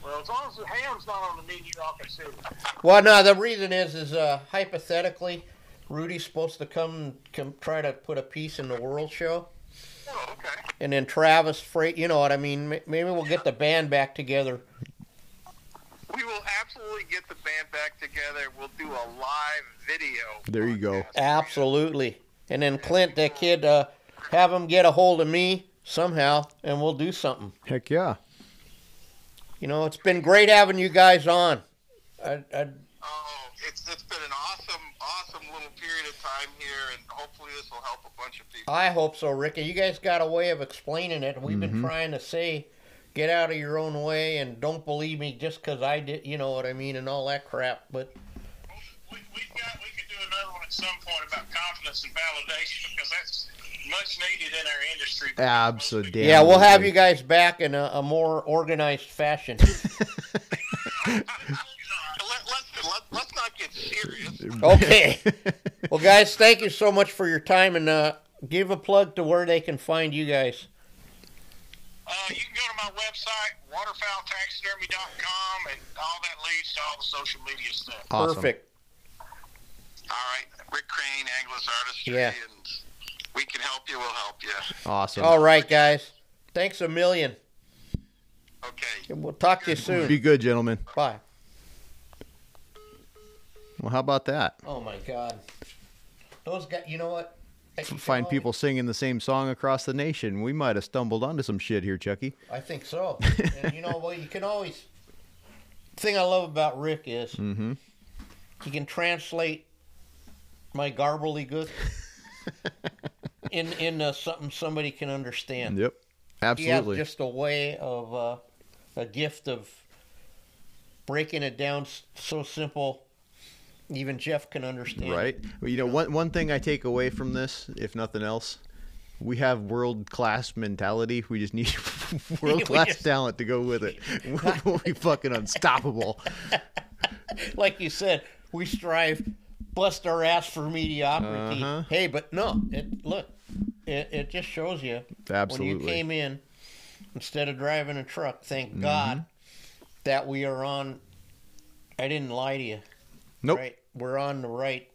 Speaker 4: Well, as long as the ham's not on the menu, I'll consider it.
Speaker 2: Well, no, the reason is is uh, hypothetically, Rudy's supposed to come come try to put a piece in the World Show.
Speaker 4: Oh, okay.
Speaker 2: and then Travis Freight. You know what I mean? M- Maybe we'll get the band back together.
Speaker 3: We will absolutely get the band back together. We'll do a live video.
Speaker 1: There you go.
Speaker 3: podcast.
Speaker 2: Absolutely. And then Clint, that kid, uh, have him get a hold of me somehow, and we'll do something.
Speaker 1: Heck yeah.
Speaker 2: You know, it's been great having you guys on. I, I,
Speaker 3: Oh, it's it's been an awesome, awesome little period of time here, and hopefully this will help a bunch of people.
Speaker 2: I hope so, Ricky. You guys got a way of explaining it. We've
Speaker 1: Mm-hmm.
Speaker 2: been trying to say, get out of your own way and don't believe me just 'cause I did, you know what I mean, and all that crap. But
Speaker 4: We, we've got, we could do another one at some point about confidence and validation because that's much needed in our industry.
Speaker 1: Absolutely.
Speaker 2: yeah, we'll have you guys back in a, a more organized fashion.
Speaker 3: Let, let's let, let's not get serious.
Speaker 2: Okay. well, guys, thank you so much for your time and uh, give a plug to where they can find you guys.
Speaker 4: Uh, you can go to my website, waterfowltaxidermy.com, and all that leads to all the social media stuff.
Speaker 1: Awesome.
Speaker 2: Perfect.
Speaker 3: All right, Rick Crane, Anglos Artistry,
Speaker 2: Yeah.
Speaker 3: and we can help you. We'll help you.
Speaker 1: Awesome.
Speaker 2: All right, guys. Thanks a million.
Speaker 3: Okay.
Speaker 2: And We'll talk to you soon.
Speaker 1: Be good, gentlemen.
Speaker 2: Bye.
Speaker 1: Well, how about that?
Speaker 2: Oh my God. Those guys. You know what? I- you
Speaker 1: Find
Speaker 2: know,
Speaker 1: people singing the same song across the nation. We might have stumbled onto some shit here, Chucky.
Speaker 2: I think so. and you know what? You can always. Thing I love about Rick is
Speaker 1: Mm-hmm.
Speaker 2: he can translate my garbledygook in in uh, something somebody can understand.
Speaker 1: Yep.
Speaker 2: he has
Speaker 1: Absolutely.
Speaker 2: just a way of uh, a gift of breaking it down s- so simple even jeff can understand
Speaker 1: Right. Well, you know, one one thing I take away from this, if nothing else, we have world class mentality. We just need world class
Speaker 2: just-
Speaker 1: talent to go with it. We'll, we'll be fucking unstoppable.
Speaker 2: like you said we strive bust our ass for mediocrity
Speaker 1: Uh-huh.
Speaker 2: hey but no it look it, it just shows you when
Speaker 1: Absolutely. Mm-hmm.
Speaker 2: you came in instead of driving a truck thank god that we are on i didn't lie to you
Speaker 1: Nope.
Speaker 2: right we're on the right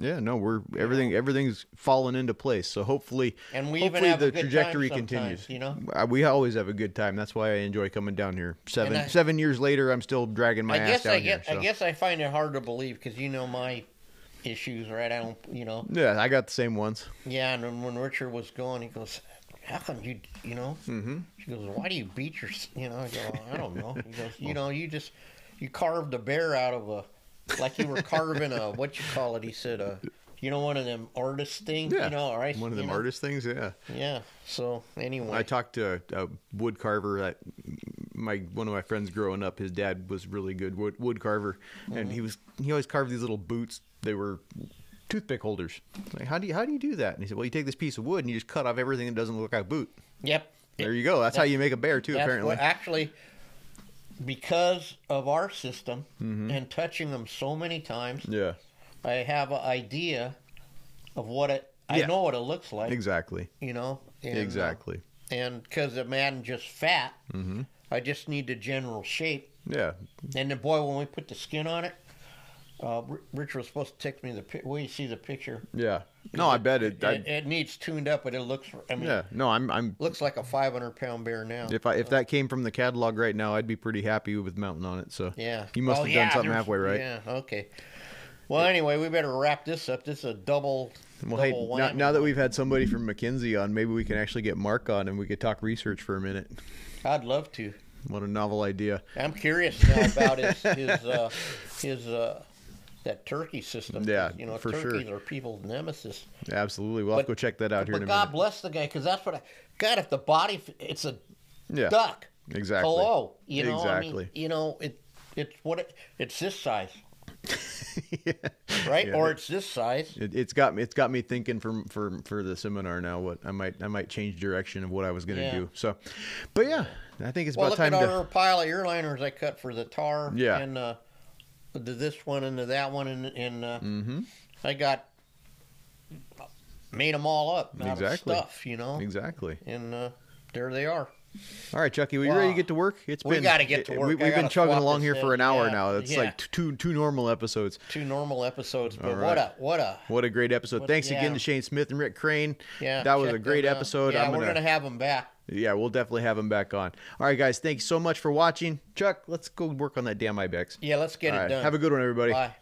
Speaker 1: Yeah. No, we're everything. Everything's fallen into place. So hopefully,
Speaker 2: and we
Speaker 1: hopefully
Speaker 2: even have
Speaker 1: the
Speaker 2: a good time
Speaker 1: trajectory
Speaker 2: sometimes,
Speaker 1: continues.
Speaker 2: you know
Speaker 1: Uh, We always have a good time. That's why I enjoy coming down here. Seven
Speaker 2: I-
Speaker 1: seven years later, I'm still dragging my
Speaker 2: I
Speaker 1: ass
Speaker 2: guess
Speaker 1: down
Speaker 2: I guess
Speaker 1: here.
Speaker 2: I
Speaker 1: so.
Speaker 2: guess I find it hard to believe because you know my issues, right? I don't, you know,
Speaker 1: Yeah, I got the same ones.
Speaker 2: yeah. And then when Richard was gone, he goes, "How come you, you know?"
Speaker 1: Mm-hmm.
Speaker 2: She goes, "Why do you beat your, s-" you know?" I go, "I don't know." He goes,
Speaker 1: Oh.
Speaker 2: "You know, you just you carved a bear out of a like you were carving a what you call it?" He said, "A you know one of them artist things,
Speaker 1: Yeah,
Speaker 2: you know, all right?"
Speaker 1: One of
Speaker 2: you
Speaker 1: them
Speaker 2: know?
Speaker 1: artist things. Yeah.
Speaker 2: Yeah. So anyway,
Speaker 1: I talked to a wood carver that my one of my friends growing up. His dad was really good wood, wood carver,
Speaker 2: Mm-hmm.
Speaker 1: and he was he always carved these little boots. They were toothpick holders. It's Like how do you how do you do that? And he said, well, you take this piece of wood and you just cut off everything that doesn't look like a boot.
Speaker 2: yep.
Speaker 1: There you go. That's how you make a bear too.
Speaker 2: That's
Speaker 1: Apparently,
Speaker 2: what- actually, because of our system
Speaker 1: Mm-hmm.
Speaker 2: and touching them so many times,
Speaker 1: yeah,
Speaker 2: I have an idea of what it.
Speaker 1: Yeah.
Speaker 2: I know what it looks like.
Speaker 1: exactly,
Speaker 2: You know. And, uh,
Speaker 1: exactly. Mm-hmm.
Speaker 2: and because the man just fat, I just need the general shape.
Speaker 1: Yeah,
Speaker 2: And the boy, when we put the skin on it, uh, R- Richard was supposed to text me the pic. Well, you see the picture.
Speaker 1: yeah. No, I bet it.
Speaker 2: It,
Speaker 1: I,
Speaker 2: it needs tuned up, but it looks. I mean,
Speaker 1: yeah. No, I'm. I'm.
Speaker 2: looks like a 500 pound bear now.
Speaker 1: If I if that came from the catalog right now, I'd be pretty happy with mountain on it. So
Speaker 2: Yeah.
Speaker 1: you must
Speaker 2: Oh,
Speaker 1: have
Speaker 2: yeah,
Speaker 1: done something
Speaker 2: there's-
Speaker 1: halfway right.
Speaker 2: Yeah. Okay. Well, anyway, we better wrap this up. This is a double.
Speaker 1: Well, hey,
Speaker 2: double
Speaker 1: now,
Speaker 2: whammy.
Speaker 1: now that we've had somebody from McKinsey on, maybe we can actually get Mark on and we could talk research for a minute.
Speaker 2: I'd love to.
Speaker 1: What a novel idea!
Speaker 2: I'm curious now about his his uh, his uh, that turkey system.
Speaker 1: Yeah,
Speaker 2: you know,
Speaker 1: for sure.
Speaker 2: turkeys are people's nemesis.
Speaker 1: Absolutely, we'll have to go
Speaker 2: But-
Speaker 1: check that out here in a
Speaker 2: But God
Speaker 1: minute.
Speaker 2: bless the guy, because that's what I. God, if the body, f- it's a
Speaker 1: Yeah,
Speaker 2: duck.
Speaker 1: exactly.
Speaker 2: Hello, you know, I
Speaker 1: Exactly.
Speaker 2: mean, you know, it it's what it, it's this size,
Speaker 1: Yeah.
Speaker 2: right?
Speaker 1: Yeah.
Speaker 2: Or it's this size.
Speaker 1: It, it's got me. It's got me thinking for for for the seminar now. What I might I might change direction of what I was going to
Speaker 2: Yeah.
Speaker 1: do. So, but yeah, I think it's
Speaker 2: Well,
Speaker 1: about
Speaker 2: look
Speaker 1: time
Speaker 2: at
Speaker 1: to.
Speaker 2: our pile of earliners I cut for the tar.
Speaker 1: Yeah.
Speaker 2: And uh, to this one and to that one and and uh,
Speaker 1: Mm-hmm.
Speaker 2: I got made them all up out
Speaker 1: Exactly.
Speaker 2: of stuff, you know.
Speaker 1: Exactly.
Speaker 2: And uh, there they are.
Speaker 1: All right, Chucky, we ready
Speaker 2: Wow.
Speaker 1: to get to work? It's
Speaker 2: We
Speaker 1: been
Speaker 2: gotta get to
Speaker 1: it-
Speaker 2: work.
Speaker 1: We,
Speaker 2: I
Speaker 1: we've been
Speaker 2: gotta
Speaker 1: chugging
Speaker 2: swap
Speaker 1: along here
Speaker 2: this
Speaker 1: for
Speaker 2: in.
Speaker 1: an hour
Speaker 2: Yeah.
Speaker 1: now. That's
Speaker 2: Yeah.
Speaker 1: like t- two two normal episodes.
Speaker 2: Two normal episodes, but
Speaker 1: All
Speaker 2: what
Speaker 1: right.
Speaker 2: a what a
Speaker 1: What a great episode!
Speaker 2: What-
Speaker 1: Thanks again
Speaker 2: yeah.
Speaker 1: to Shane Smith and Rick Crane.
Speaker 2: yeah.
Speaker 1: that was
Speaker 2: check
Speaker 1: a great
Speaker 2: them out.
Speaker 1: episode.
Speaker 2: Yeah,
Speaker 1: I'm
Speaker 2: we're
Speaker 1: gonna,
Speaker 2: gonna have them back.
Speaker 1: yeah, we'll definitely have him back on. All right, guys, thanks so much for watching. Chuck, let's go work on that damn ibex.
Speaker 2: Yeah, let's get
Speaker 1: All
Speaker 2: it
Speaker 1: right,
Speaker 2: done.
Speaker 1: Have a good one, everybody.
Speaker 2: Bye.